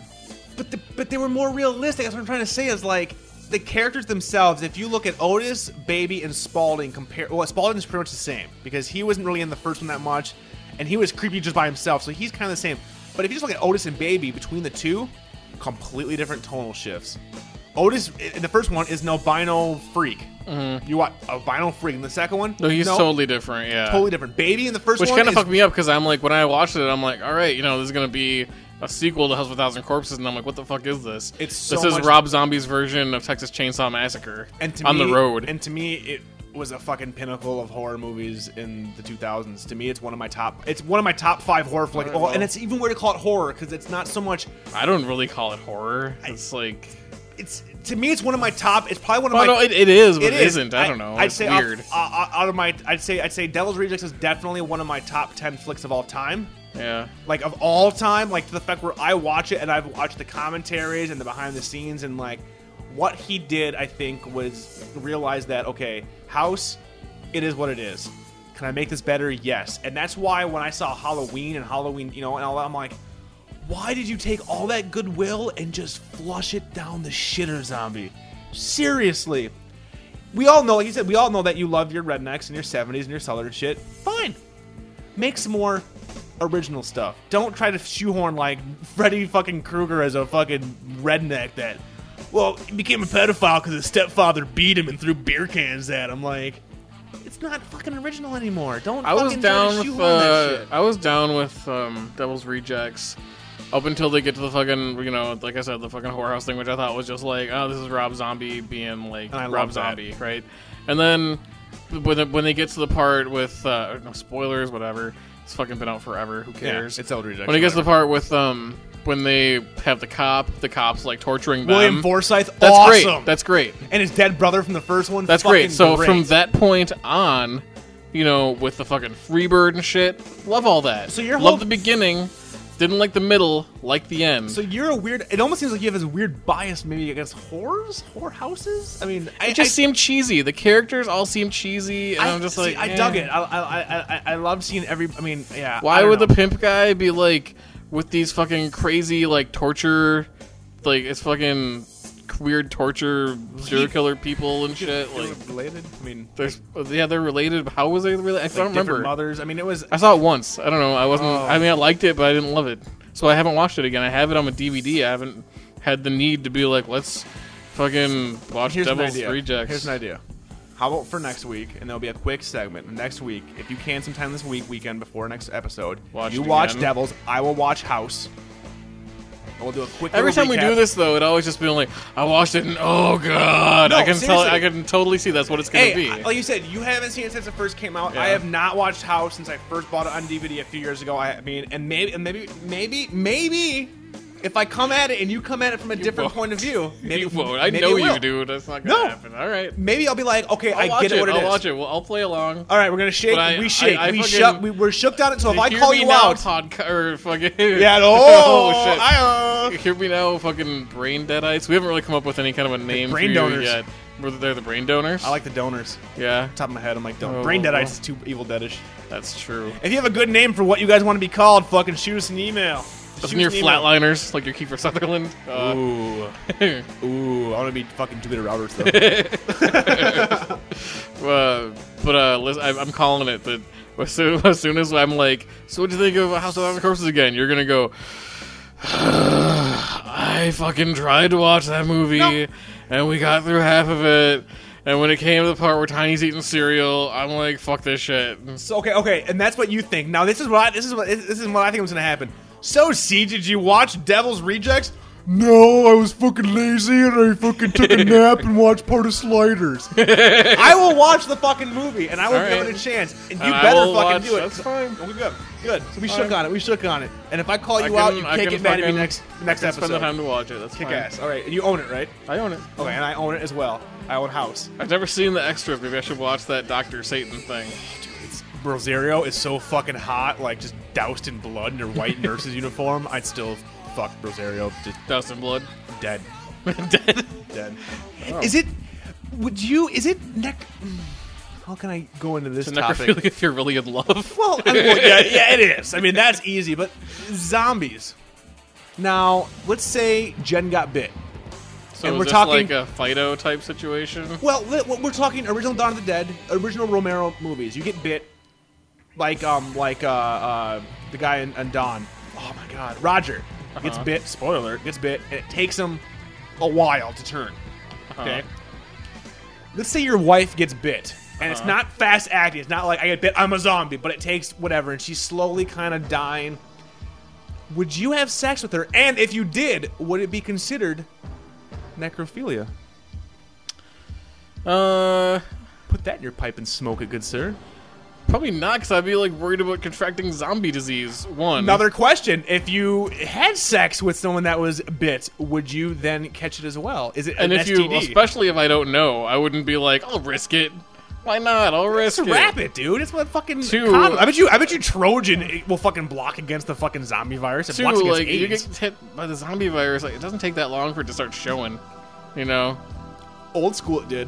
but the, but they were more realistic. That's what I'm trying to say. Is like the characters themselves. If you look at Otis, Baby, and Spalding, compare well, Spalding's pretty much the same because he wasn't really in the first one that much, and he was creepy just by himself. So he's kind of the same. But if you just look at Otis and Baby between the two, completely different tonal shifts. Otis in the first one is an albino freak. You want albino freak in the second one? Mm-hmm. no, he's totally different. Yeah, totally different. Baby in the first Which one, kind of is- fucked me up because I'm like, when I watched it, I'm like, all right, you know, this is gonna be a sequel to House of a Thousand Corpses, and I'm like, what the fuck is this? It's so this is much- Rob Zombie's version of Texas Chainsaw Massacre and to on me, the road. And to me, it was a fucking pinnacle of horror movies in the 2000s. To me, it's one of my top. It's one of my top five horror flicks. well. and it's even weird to call it horror because it's not so much. I don't really call it horror. It's like, It's to me, it's one of my top. It's probably one of oh my. no, it, it is, but it it is. isn't. I, don't know. I'd it's say off- weird. uh, out of my, I'd say I'd say Devil's Rejects is definitely one of my top ten flicks of all time. yeah. like of all time, like to the fact where I watch it and I've watched the commentaries and the behind the scenes and like what he did, I think was realize that okay, House, it is what it is. Can I make this better? Yes, and that's why when I saw Halloween and Halloween, you know, and all that, I'm like, why did you take all that goodwill and just flush it down the shitter, zombie? Seriously. We all know, like you said, we all know that you love your rednecks and your 70s and your southern shit. Fine. Make some more original stuff. Don't try to shoehorn like Freddy fucking Krueger as a fucking redneck that, well, he became a pedophile because his stepfather beat him and threw beer cans at him. Like, it's not fucking original anymore. Don't. I was fucking try to down with shoehorn that uh, shit. I was down with um, Devil's Rejects up until they get to the fucking you know like I said the fucking whorehouse thing, which I thought was just like oh this is Rob Zombie being like I Rob love that. Zombie right, and then when they, when they get to the part with uh, no spoilers whatever it's fucking been out forever who cares it's Elder Rejection, when it gets to the part with um when they have the cop, the cops like torturing them. William Forsythe, That's awesome. great. That's great. and his dead brother from the first one. That's fucking great. So great. from that point on, you know, with the fucking Freebird and shit, love all that. So your love whole- the beginning, didn't like the middle, like the end. So you're a weird. It almost seems like you have this weird bias, maybe against horrors, whorehouses. I mean, I it I, just seemed cheesy. The characters all seemed cheesy, and I, am just see, like, I eh. dug it. I I, I, I I love seeing every. I mean, yeah. I Why don't would know. the pimp guy be like with these fucking crazy like torture, like it's fucking weird torture serial killer people and shit? They were Like, related? I mean, there's yeah, they're related. but How was they related? I don't different remember. mothers. I mean, it was. I saw it once. I don't know. I wasn't. Oh. I mean, I liked it, but I didn't love it. So I haven't watched it again. I have it on a DVD. I haven't had the need to be like, let's fucking watch Here's an Devil's idea. Rejects. Here's an idea. How about for next week? And there'll be a quick segment next week. If you can, sometime this week, weekend before next episode, Watch you it watch again. Devils. I will watch House. And we'll do a quick. Every little time we recap. do this, though, it always just been like, I watched it, and oh god, No, I can tell, seriously. I can totally see that's what it's gonna Hey, be. I- like you said, you haven't seen it since it first came out. I Yeah. have not watched House since I first bought it on DVD a few years ago. I, I mean, and maybe, and maybe, maybe, maybe, if I come at it and you come at it from a different won't. point of view, maybe you won't. I maybe know it you will. do. That's not gonna No. happen. All right, Maybe I'll be like, okay, I'll I watch get it. What I'll is. watch it. Well, I'll play along. All right, we're gonna shake. But I- we shake. I- I we fucking- shook. We, we're shook down it. So if I Hear call Me you Now out, podca- or fucking yeah, no, oh shit. I, uh, Hear me now, fucking brain deadites. We haven't really come up with any kind of a name brain for you donors. yet. Whether they're the brain donors. I like the donors. Yeah, Top of my head, I'm like, Oh, don't. Brain well, Dead well. Ice is too evil deadish. that's true. If you have a good name for what you guys want to be called, fucking shoot us an email. Shoot Doesn't your us an email. flatliners like your Kiefer Sutherland? Uh, Ooh. Ooh, I want to be fucking two-bit routers though. Uh, but uh, lis- I, I'm calling it that. As soon, as soon as I'm like, so what'd you think of House of Thousand Corpses again? You're gonna go. I fucking tried to watch that movie, and we got through half of it. And when it came to the part where Tiny's eating cereal, I'm like, fuck this shit. so okay, okay, and that's what you think. Now this is what I, this is what this is what I think was gonna happen. So, C, did you watch Devil's Rejects? No, I was fucking lazy and I fucking took a nap and watched part of Sliders. I will watch the fucking movie and I will All give right. it a chance. And you And I better fucking will watch- do it. that's fine. Okay, good, good. So we All shook right. on it. We shook on it. And if I call I you out, can- you I can't can get mad at me fucking- next next I spend the episode. time to watch it. That's Kick fine. ass. All right, and you own it, right? I own it. Okay, and I own it as well. I own House. I've never seen the extras. Maybe I should watch that Doctor Satan thing. It's, Rosario is so fucking hot, like just doused in blood in her white nurse's uniform. I'd still fuck Rosario, just Dust and blood. dead, Dead. dead. Is it? Would you? Is it neck? mm, How can I go into this To topic? necrophilia if you're really in love. Well, I mean, well, yeah, yeah, it is. I mean, that's easy. But zombies. Now, let's say Jen got bit. So And is we're this talking- like a Fido type situation. Well, li- well, we're talking original Dawn of the Dead, original Romero movies. You get bit, like um, like uh, uh the guy in, in Dawn. Oh my God, Roger gets bit. Uh-huh. Spoiler alert, gets bit, and it takes him a while to turn. Okay. Let's say your wife gets bit, and it's not fast acting. It's not like I get bit, I'm a zombie, but it takes whatever, and she's slowly kind of dying. Would you have sex with her? And if you did, would it be considered necrophilia? Uh, Put that in your pipe and smoke it, good sir. probably not, because I'd be like worried about contracting zombie disease. One. Another question: If you had sex with someone that was bit, would you then catch it as well? Is it and an if STD? you, especially if I don't know, I wouldn't be like, I'll risk it. Why not? I'll risk it's it. rapid, dude. It's what fucking. Two- condom- I bet you. I bet you Trojan will fucking block against the fucking zombie virus. It Two, blocks against like you get AIDS. hit by the zombie virus, like it doesn't take that long for it to start showing. You know, Old school, it did.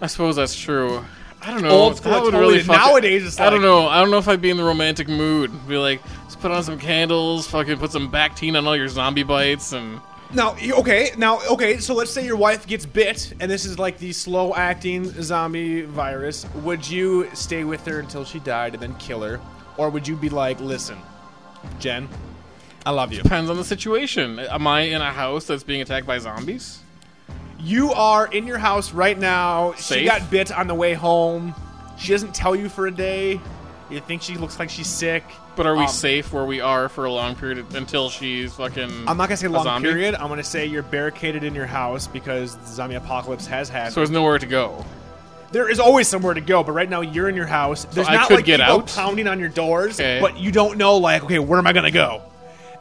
I suppose that's true. I don't know. Old school, that would totally. really fuck- Nowadays, it's I don't like- know. I don't know if I'd be in the romantic mood. Be like, let's put on some candles, fucking put some Bactine on all your zombie bites, and Now, you- okay, now, okay. So let's say your wife gets bit, and this is like the slow-acting zombie virus. Would you stay with her until she died and then kill her, or would you be like, "Listen, Jen, I love you. depends on the situation. Am I in a house that's being attacked by zombies? You are in your house right now. She Safe? got bit on the way home. She doesn't tell you for a day. You think she looks like she's sick. But are we Um, safe where we are for a long period of- until she's fucking? I'm not gonna say a long zombie? period. I'm gonna say you're barricaded in your house because the zombie apocalypse has happened. So there's nowhere to go. There is always somewhere to go, but right now you're in your house. There's I not could like get people out? pounding on your doors, Okay. but you don't know like, okay, where am I gonna go?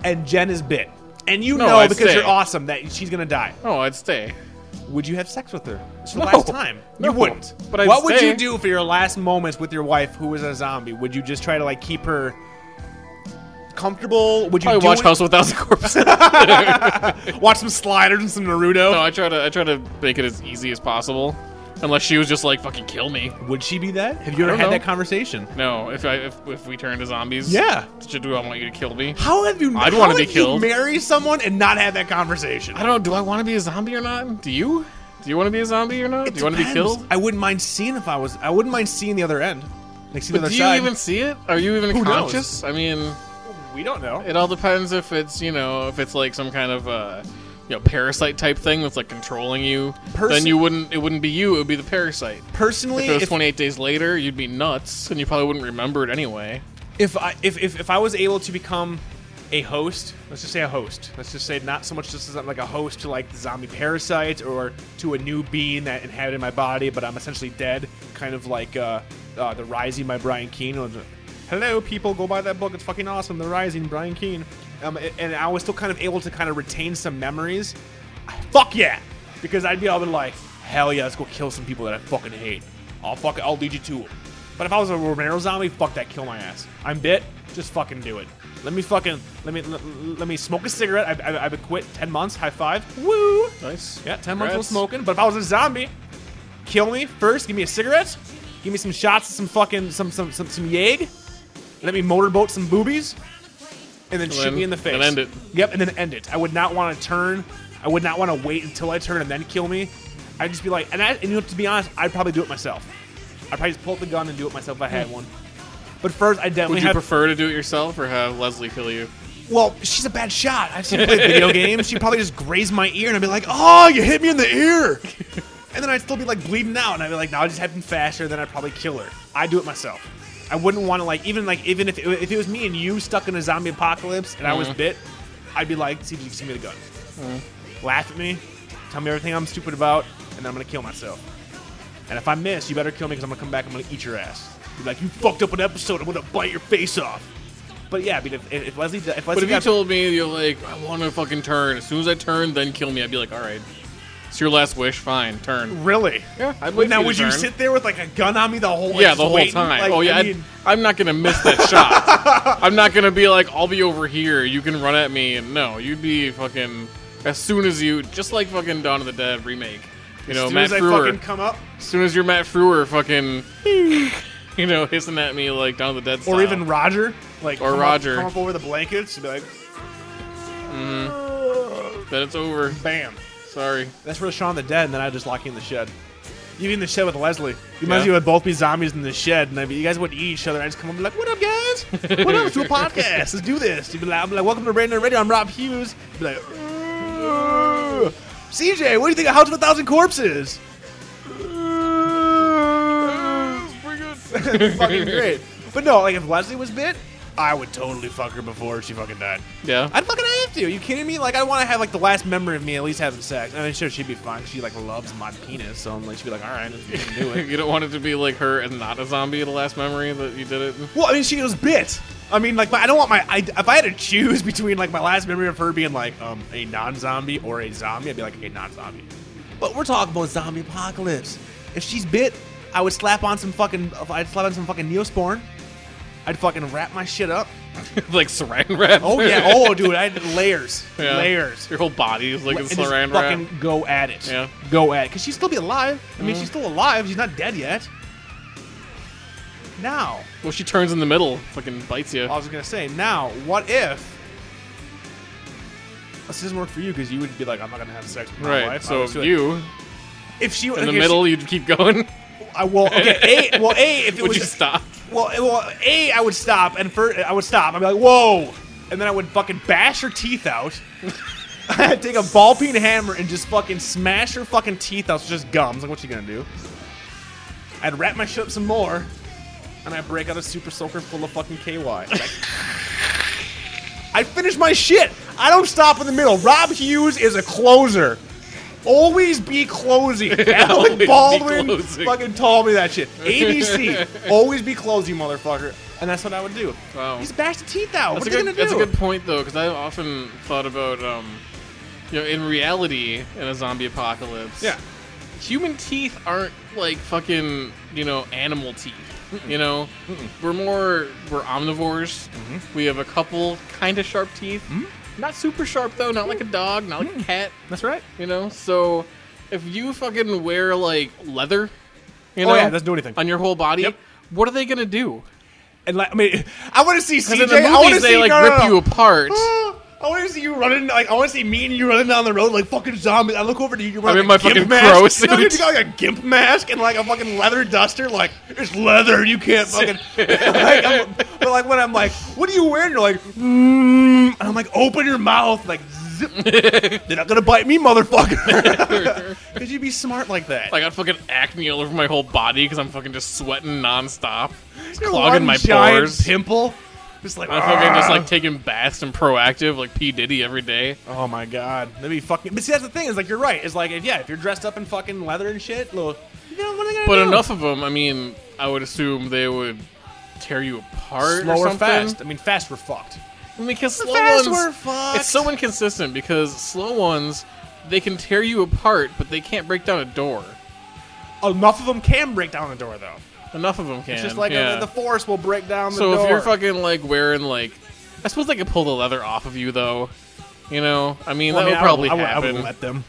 and Jen is bit, and you No, know I'd because stay. you're awesome that she's gonna die, Oh, I'd stay. would you have sex with her? It's the No. last time. No. You wouldn't. But I'd what would stay. you do for your last moments with your wife, who is a zombie? Would you just try to like keep her comfortable? Would you Probably do watch it- House of a Thousand Corpses. no, watch some sliders and some Naruto? I try to I try to make it as easy as possible. Unless she was just like fucking kill me. Would she be that? Have you I ever don't had know. that conversation? No, if I if, if we turn to zombies, Yeah. should do I want you to kill me? How have you? I'd how wanna be have you killed. Marry someone and not have that conversation. I don't know. Do I want to be a zombie or not? Do you? Do you want to be a zombie or not? do you want to be Depends. killed? I wouldn't mind seeing if I was. I wouldn't mind seeing the other end. Like see But the other do you side. even see it? Are you even Who knows? conscious? I mean, we don't know. it all depends if it's you know if it's like some kind of uh, you know parasite type thing that's like controlling you. Person- then you wouldn't. It wouldn't be you. It would be the parasite. Personally, If it was if, 28 days later, you'd be nuts, and you probably wouldn't remember it anyway. if I if, if if I was able to become a host, let's just say a host. Let's just say not so much just as I'm like a host to like the zombie parasites or to a new being that inhabited my body, but I'm essentially dead. Kind of like uh, uh, the Rising by Brian Keene. Or the- Hello, people, go buy that book. It's fucking awesome. The Rising, Brian Keene. Um, a- and I was still kind of able to kind of retain some memories. Fuck yeah, because I'd be all in like, hell yeah, let's go kill some people that I fucking hate. I'll fuck, I'll lead you to 'em." But if I was a Romero zombie, fuck that, kill my ass. I'm bit, just fucking do it. Let me fucking let me let, let me smoke a cigarette. I've, I've, I've been quit ten months. High five. Woo. Nice. Yeah, ten months of smoking. But if I was a zombie, kill me first. Give me a cigarette. Give me some shots, of some fucking some some some some yag. Let me motorboat some boobies, and then And shoot then- me in the face. and end it. Yep, and then end it. I would not want to turn. I would not want to wait until I turn and then kill me. I'd just be like, and I, and you know, to be honest, I'd probably do it myself. I'd probably just pull up the gun and do it myself if I had one. But first, I definitely Hmm. Would you have. prefer to do it yourself or have Leslie kill you? well, she's a bad shot. I've seen her play video games. She'd probably just graze my ear, and I'd be like, "Oh, you hit me in the ear," and then I'd still be like bleeding out, and I'd be like, "No, it just happened faster." Then I'd probably kill her. I do it myself. I wouldn't want to like even like even if it, if it was me and you stuck in a zombie apocalypse and I was Uh-huh. bit, I'd be like, "See, if you can see me the gun." Laugh at me, tell me everything I'm stupid about, and then I'm gonna kill myself. And if I miss, you better kill me because I'm gonna come back. I'm gonna eat your ass. Be like, "You fucked up an episode. I'm gonna bite your face off." But yeah, I mean, if, if Leslie, if Leslie But if you got- told me you're like, I want to fucking turn. As soon as I turn, then kill me. I'd be like, all right, it's your last wish. Fine, turn. Really? Yeah, I'd wait Wait, now, for you to would you turn. sit there with like a gun on me the whole? like, yeah, just the whole waiting? time. Like, oh yeah, I I mean, am not gonna miss that shot. I'm not gonna be like, I'll be over here. You can run at me, and no, you'd be fucking as soon as you, just like fucking Dawn of the Dead remake. You know, as soon Matt as I Frewer. fucking come up, as soon as you're Matt Frewer, fucking, you know, hissing at me like Dawn of the Dead, or style. even Roger, like Or come up- Roger. come up over the blankets and be like, then it's over. bam. Sorry. That's where Shaun the Dead, and then I just lock you in the shed. You be in the shed with Leslie. You might as Yeah. well would both be zombies in the shed, and I'd be, you guys would eat each other. I just come up and be like, "What up, guys? What up? Let's do a podcast. Let's do this." You'd be like, "I'm like, welcome to Brand New Radio. I'm Rob Hughes." You'd be like, "Ugh. "CJ, what do you think of House of a Thousand Corpses?" fucking great. But no, like if Leslie was bit, I would totally fuck her before she fucking died. Yeah. I'd fucking have to. you kidding me? Like I want to have like the last memory of me at least having sex. I mean, sure she'd be fine. 'cause She like loves my penis, so I'm like she'd be like, all right, if you can do it. You don't want it to be like her and not a zombie. The last memory that you did it. well, I mean, she was bit. I mean, like, my, I don't want my. I, if I had to choose between like my last memory of her being like um a non-zombie or a zombie, I'd be like a non-zombie. But we're talking about zombie apocalypse. If she's bit, I would slap on some fucking. I'd slap on some fucking neosporin. I'd fucking wrap my shit up. like saran wrap. Oh yeah. Oh, dude, I had layers, Yeah. layers. Your whole body is like a and just saran wrap. fucking go at it. Yeah. Mm. Go at it. Because she'd still be alive. I mean, she's still alive. She's not dead yet. Now, Well, she turns in the middle, fucking bites you. I was going to say, now, what if. This doesn't work for you because you would be like, I'm not going to have sex with my right. wife. so obviously. you If she. in the middle, you'd keep going. I, well, okay. A, well, A, if it Would was. you stop? Well, well, a I would stop, and for I would stop. I'd be like, "Whoa!" And then I would fucking bash her teeth out. I'd take a ball peen hammer and just fucking smash her fucking teeth out. It's just gums. Like, what you gonna do? I'd wrap my shit up some more, and I'd break out a super soaker full of fucking KY. Like, I finish my shit. I don't stop in the middle. Rob Hughes is a closer. Always be closing. Always Alec be Baldwin closing. fucking told me that shit. ABC. Always be closing, motherfucker. and that's what I would do. Wow. He's bashed his teeth out. That's What's a he good. gonna do? That's a good point though, because I've often thought about, um, you know, in reality, in a zombie apocalypse, Yeah. human teeth aren't like fucking, you know, animal teeth. You know, we're more we're omnivores. Mm-hmm. We have a couple kind of sharp teeth, not super sharp though, not Mm-hmm. like a dog, not like a cat. That's right. You know, so if you fucking wear like leather, you Oh, know, yeah, it doesn't do anything. on your whole body. Yep. What are they gonna do? And like, I mean, I want to see CJ. Because in the I want to movies see they like no, no, rip no. you apart. Ah, I want to see you running. Like I want to see me and you running down the road like fucking zombies. I look over to you. You're wearing I'm in like my a gimp fucking mask. crow No, you suit. got like a gimp mask and like a fucking leather duster. Like it's leather. You can't fucking. like, I'm- but like when I'm like, what are you wearing? You're like, mm, and I'm like, open your mouth. Like, zip. they're not gonna bite me, motherfucker. Could you be smart like that? I got fucking acne all over my whole body because I'm fucking just sweating nonstop, just You're clogging one my giant pores. Pimple. Just like I'm fucking just like taking baths and proactive like P Diddy every day. Oh my god, that'd be fucking. But see, that's the thing is like you're right. It's like if yeah, if you're dressed up in fucking leather and shit, little. You know, what are they gonna But do? enough of them. I mean, I would assume they would tear you apart. Slow or or something. fast. I mean, fast we're fucked. I mean, because slow fast ones, were fucked. it's so inconsistent because slow ones, they can tear you apart, but they can't break down a door. Enough of them can break down a door though. Enough of them can. It's just like yeah. uh, the force will break down the So door. if you're fucking like wearing like, I suppose they could pull the leather off of you though. You know, I mean Well, I mean, that would I probably I would, I happen. would let them.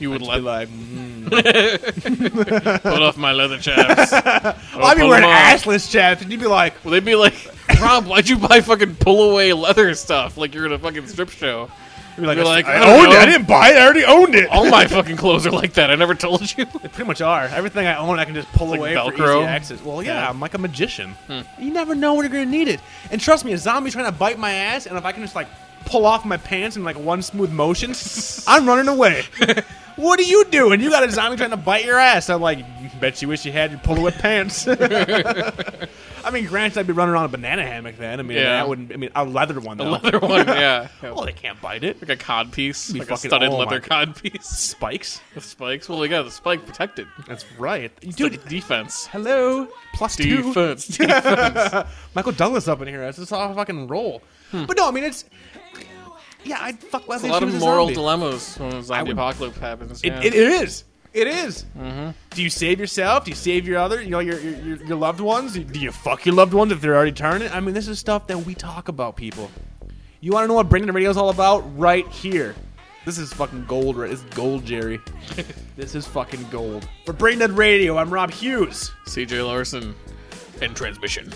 you would Be let like, mm. pull off my leather chaps. well, I'd be pull wearing them off. assless chaps, and you'd be like, Well, they'd be like, Rob, why'd you buy fucking pull away leather stuff? Like you're in a fucking strip show. you'd be like, You're like, I, I don't owned it. know. I didn't buy it. I already owned it. All my fucking clothes are like that. I never told you. They pretty much are. Everything I own, I can just pull Like away for Velcro? easy access. Well, yeah, Yeah. Hmm. I'm like a magician. You never know when you're gonna need it. And trust me, a zombie's trying to bite my ass, and if I can just like pull off my pants in like one smooth motion, I'm running away. what are you doing? You got a zombie trying to bite your ass. I'm like, bet you wish you had your pull away pants. I mean, granted, I'd be running around a banana hammock then. I mean, Yeah. that wouldn't. I mean, a leather one though. leather one, yeah. Well, they can't bite it. Like a cod piece, Be like a fucking- studded oh my leather God. cod piece Spikes. with spikes. Well, they got the spike protected. That's right, Dude, dude. defense, Hello, plus two. defense, defense. Michael Douglas up in here. That's just how I fucking roll. But no, I mean it's. Yeah, I'd fuck Hmm. a Leslie. lot Chew of as moral zombie. dilemmas when a zombie would- apocalypse happens. yeah. Mm-hmm. It, it is. It is. Do you save yourself? Do you save your other, you know, your, your your your loved ones? Do you fuck your loved ones if they're already turning? I mean, this is stuff that we talk about, people. You want to know what Bringing the Radio is all about? Right here. This is fucking gold, right? This is gold, Jerry. this is fucking gold. For Brain Dead Radio, I'm Rob Hughes. CJ Larson and transmission.